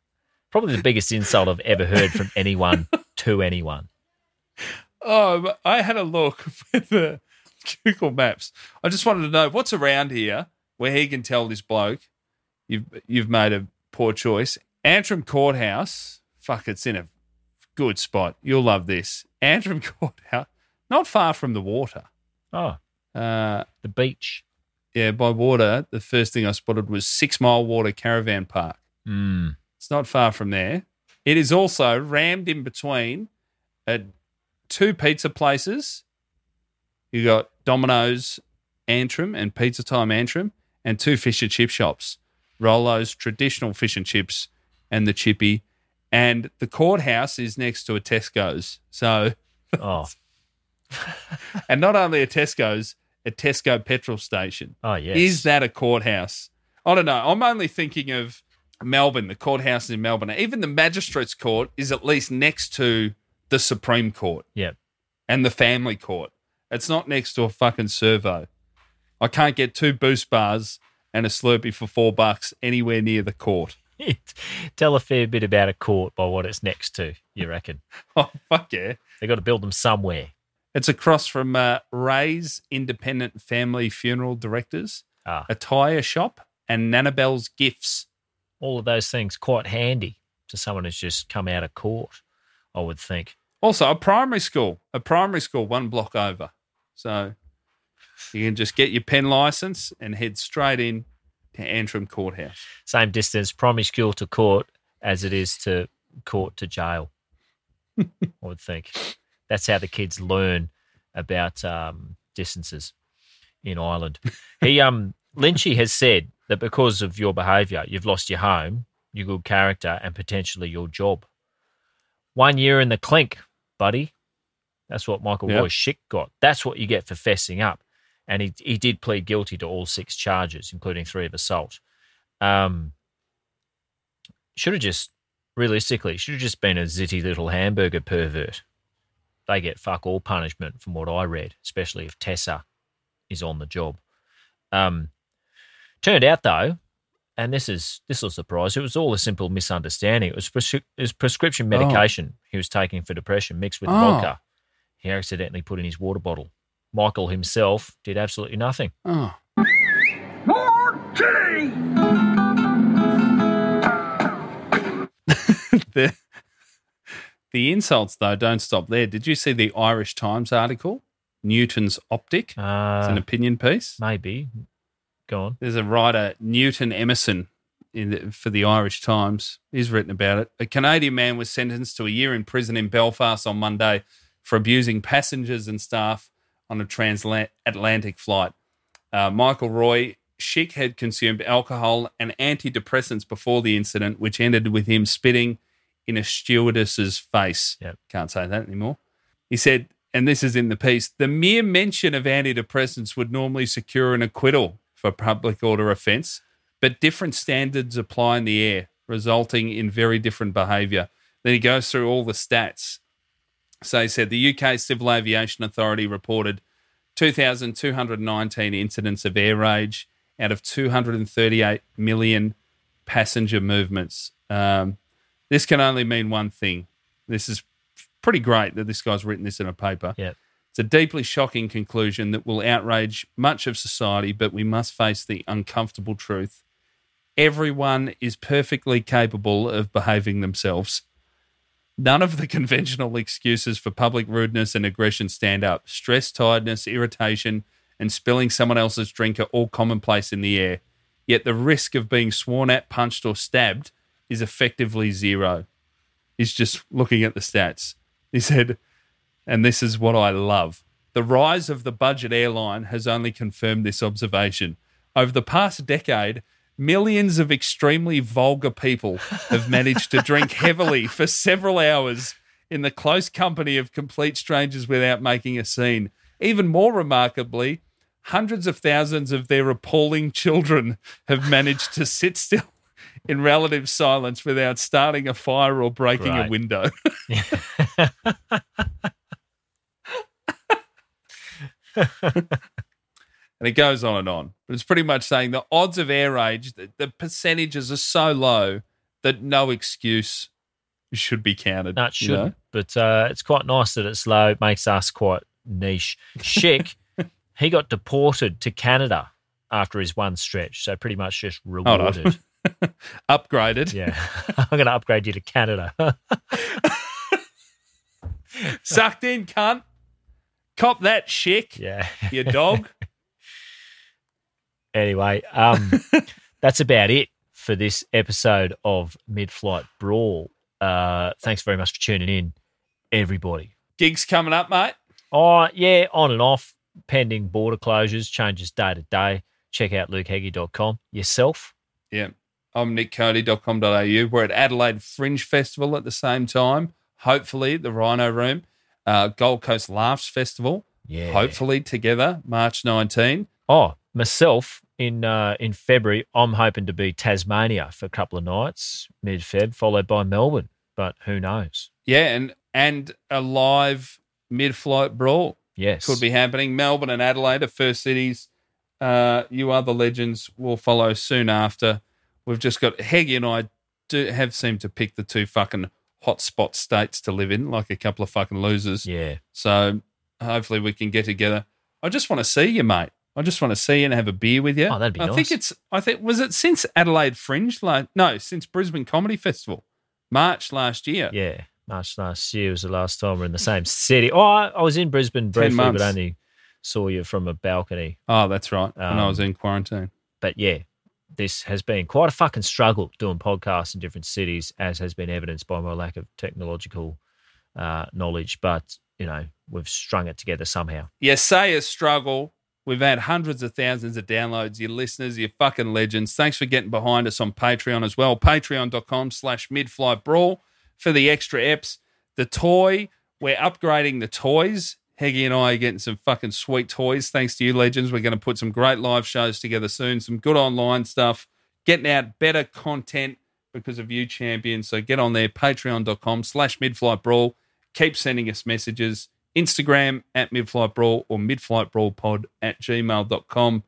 Speaker 10: Probably the biggest insult I've ever heard from anyone to anyone.
Speaker 9: Oh, but I had a look with the Google Maps. I just wanted to know what's around here where he can tell this bloke you've you've made a poor choice. Antrim Courthouse. Fuck, it's in a good spot. You'll love this. Antrim Courthouse, not far from the water.
Speaker 10: Oh,
Speaker 9: Uh,
Speaker 10: the beach.
Speaker 9: Yeah, by water, the first thing I spotted was Six Mile Water Caravan Park.
Speaker 10: Mm.
Speaker 9: It's not far from there. It is also rammed in between uh, two pizza places. You got Domino's Antrim and Pizza Time Antrim, and two fish and chip shops Rollo's traditional fish and chips and the chippy. And the courthouse is next to a Tesco's. So,
Speaker 10: oh,
Speaker 9: and not only a Tesco's, a Tesco petrol station.
Speaker 10: Oh, yes.
Speaker 9: Is that a courthouse? I don't know. I'm only thinking of Melbourne, the courthouses in Melbourne. Even the magistrates' court is at least next to the Supreme Court
Speaker 10: Yep.
Speaker 9: and the family court. It's not next to a fucking servo. I can't get two boost bars and a Slurpee for four bucks anywhere near the court.
Speaker 10: Tell a fair bit about a court by what it's next to, you reckon.
Speaker 9: Oh, fuck yeah.
Speaker 10: They've got to build them somewhere.
Speaker 9: It's across from uh, Ray's Independent Family Funeral Directors,
Speaker 10: Ah.
Speaker 9: a tire shop, and Nanabelle's Gifts.
Speaker 10: All of those things quite handy to someone who's just come out of court, I would think.
Speaker 9: Also, a primary school, a primary school one block over. So you can just get your pen license and head straight in to Antrim Courthouse.
Speaker 10: Same distance, primary school to court as it is to court to jail, I would think. That's how the kids learn about um, distances in Ireland. He, um, Lynchy has said that because of your behaviour, you've lost your home, your good character, and potentially your job. One year in the clink, buddy. That's what Michael
Speaker 9: Yeah.
Speaker 10: Roy Schick got. That's what you get for fessing up. And he, he did plead guilty to all six charges, including three of assault. Um, should have just, realistically, should have just been a zitty little hamburger pervert. They get fuck all punishment from what I read, especially if Tessa is on the job. Um, turned out though, and this is this will surprise. It was all a simple misunderstanding. It was, pres- it was prescription medication he was taking for depression mixed with
Speaker 9: Oh.
Speaker 10: vodka. He accidentally put in his water bottle. Michael himself did absolutely nothing.
Speaker 9: Oh. the, the insults, though, don't stop there. Did you see the Irish Times article? Newton's Optic.
Speaker 10: Uh,
Speaker 9: it's an opinion piece.
Speaker 10: Maybe. Go on.
Speaker 9: There's a writer, Newton Emerson, in the, for the Irish Times. He's written about it. A Canadian man was sentenced to a year in prison in Belfast on Monday for abusing passengers and staff on a transatlantic flight. Uh, Michael Roy Schick had consumed alcohol and antidepressants before the incident, which ended with him spitting in a stewardess's face.
Speaker 10: Yep.
Speaker 9: Can't say that anymore. He said, and this is in the piece the mere mention of antidepressants would normally secure an acquittal for public order offence, but different standards apply in the air, resulting in very different behaviour. Then he goes through all the stats. So he said the UK Civil Aviation Authority reported 2,219 incidents of air rage out of 238 million passenger movements. Um, this can only mean one thing. This is pretty great that this guy's written this in a paper.
Speaker 10: Yeah.
Speaker 9: It's a deeply shocking conclusion that will outrage much of society, but we must face the uncomfortable truth. Everyone is perfectly capable of behaving themselves. None of the conventional excuses for public rudeness and aggression stand up. Stress, tiredness, irritation, and spilling someone else's drink are all commonplace in the air. Yet the risk of being sworn at, punched, or stabbed is effectively zero. He's just looking at the stats. He said, and this is what I love. The rise of the budget airline has only confirmed this observation. Over the past decade, millions of extremely vulgar people have managed to drink heavily for several hours in the close company of complete strangers without making a scene. Even more remarkably, hundreds of thousands of their appalling children have managed to sit still in relative silence without starting a fire or breaking a
Speaker 10: Right.
Speaker 9: window. and it goes on and on. But it's pretty much saying the odds of air rage, the, the percentages are so low that no excuse should be counted.
Speaker 10: No, it
Speaker 9: you know?
Speaker 10: shouldn't. But uh, it's quite nice that it's low. It makes us quite niche. Schick, he got deported to Canada after his one stretch. So pretty much just
Speaker 9: Hold
Speaker 10: rewarded.
Speaker 9: on. Upgraded.
Speaker 10: Yeah. I'm going to upgrade you to Canada.
Speaker 9: Sucked in, cunt. Cop that, chick.
Speaker 10: yeah.
Speaker 9: You dog.
Speaker 10: Anyway, um, that's about it for this episode of Mid Flight Brawl. Uh, thanks very much for tuning in, everybody.
Speaker 9: Gigs coming up, mate.
Speaker 10: Oh, yeah, on and off, pending border closures, changes day to day. Check out lukeheggie.com. Yourself?
Speaker 9: Yeah. I'm nickcody.com.au. We're at Adelaide Fringe Festival at the same time. Hopefully, the Rhino Room, uh, Gold Coast Laughs Festival.
Speaker 10: Yeah.
Speaker 9: Hopefully, together, March 19.
Speaker 10: Oh, myself in uh, in February, I'm hoping to be Tasmania for a couple of nights, mid Feb, followed by Melbourne. But who knows?
Speaker 9: Yeah, and and a live mid flight brawl.
Speaker 10: Yes.
Speaker 9: Could be happening. Melbourne and Adelaide are first cities. Uh, you other legends will follow soon after. We've just got Heggy and I do have seemed to pick the two fucking hotspot states to live in, like a couple of fucking losers.
Speaker 10: Yeah.
Speaker 9: So hopefully we can get together. I just want to see you, mate. I just want to see you and have a beer with you.
Speaker 10: Oh, that'd be
Speaker 9: I
Speaker 10: nice.
Speaker 9: think it's. I think was it since Adelaide Fringe? Like no, since Brisbane Comedy Festival, March last year.
Speaker 10: Yeah. March last year was the last time we're in the same city. Oh, I, I was in Brisbane briefly, but
Speaker 9: months.
Speaker 10: only saw you from a balcony.
Speaker 9: Oh, that's right. when I
Speaker 10: Um,
Speaker 9: was in quarantine.
Speaker 10: But yeah, this has been quite a fucking struggle doing podcasts in different cities, as has been evidenced by my lack of technological uh, knowledge. But, you know, we've strung it together somehow.
Speaker 9: You say a struggle. We've had hundreds of thousands of downloads. Your listeners, your fucking legends. Thanks for getting behind us on Patreon as well. Patreon.com slash midflight brawl for the extra eps. The toy, we're upgrading the toys. Heggy and I are getting some fucking sweet toys. Thanks to you, legends. We're going to put some great live shows together soon, some good online stuff, getting out better content because of you, champions. So get on there, patreon.com slash midflight brawl keep sending us messages. Instagram at Midflight Brawl or midflightbrawlpod at gmail.com.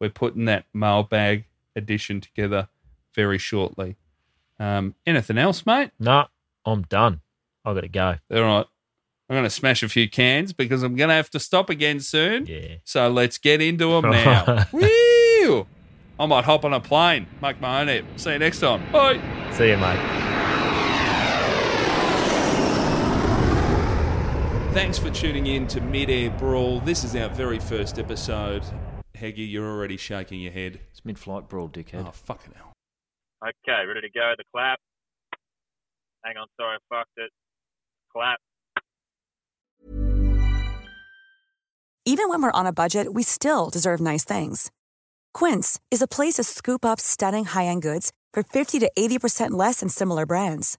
Speaker 9: We're putting that mailbag edition together very shortly. Um, anything else, mate?
Speaker 10: Nah, I'm done. I've got to go.
Speaker 9: All right. I'm going to smash a few cans because I'm going to have to stop again soon.
Speaker 10: Yeah.
Speaker 9: So let's get into them now. Woo! I might hop on a plane, make my own app. See you next time. Bye.
Speaker 10: See you, mate.
Speaker 11: Thanks for tuning in to Mid Air Brawl. This is our very first episode. Heggy, you're already shaking your head.
Speaker 13: It's mid flight brawl, dickhead.
Speaker 11: Oh, fucking hell.
Speaker 16: Okay, ready to go. The clap. Hang on, sorry, I fucked it. Clap.
Speaker 1: Even when we're on a budget, we still deserve nice things. Quince is a place to scoop up stunning high-end goods for 50 to 80% less than similar brands.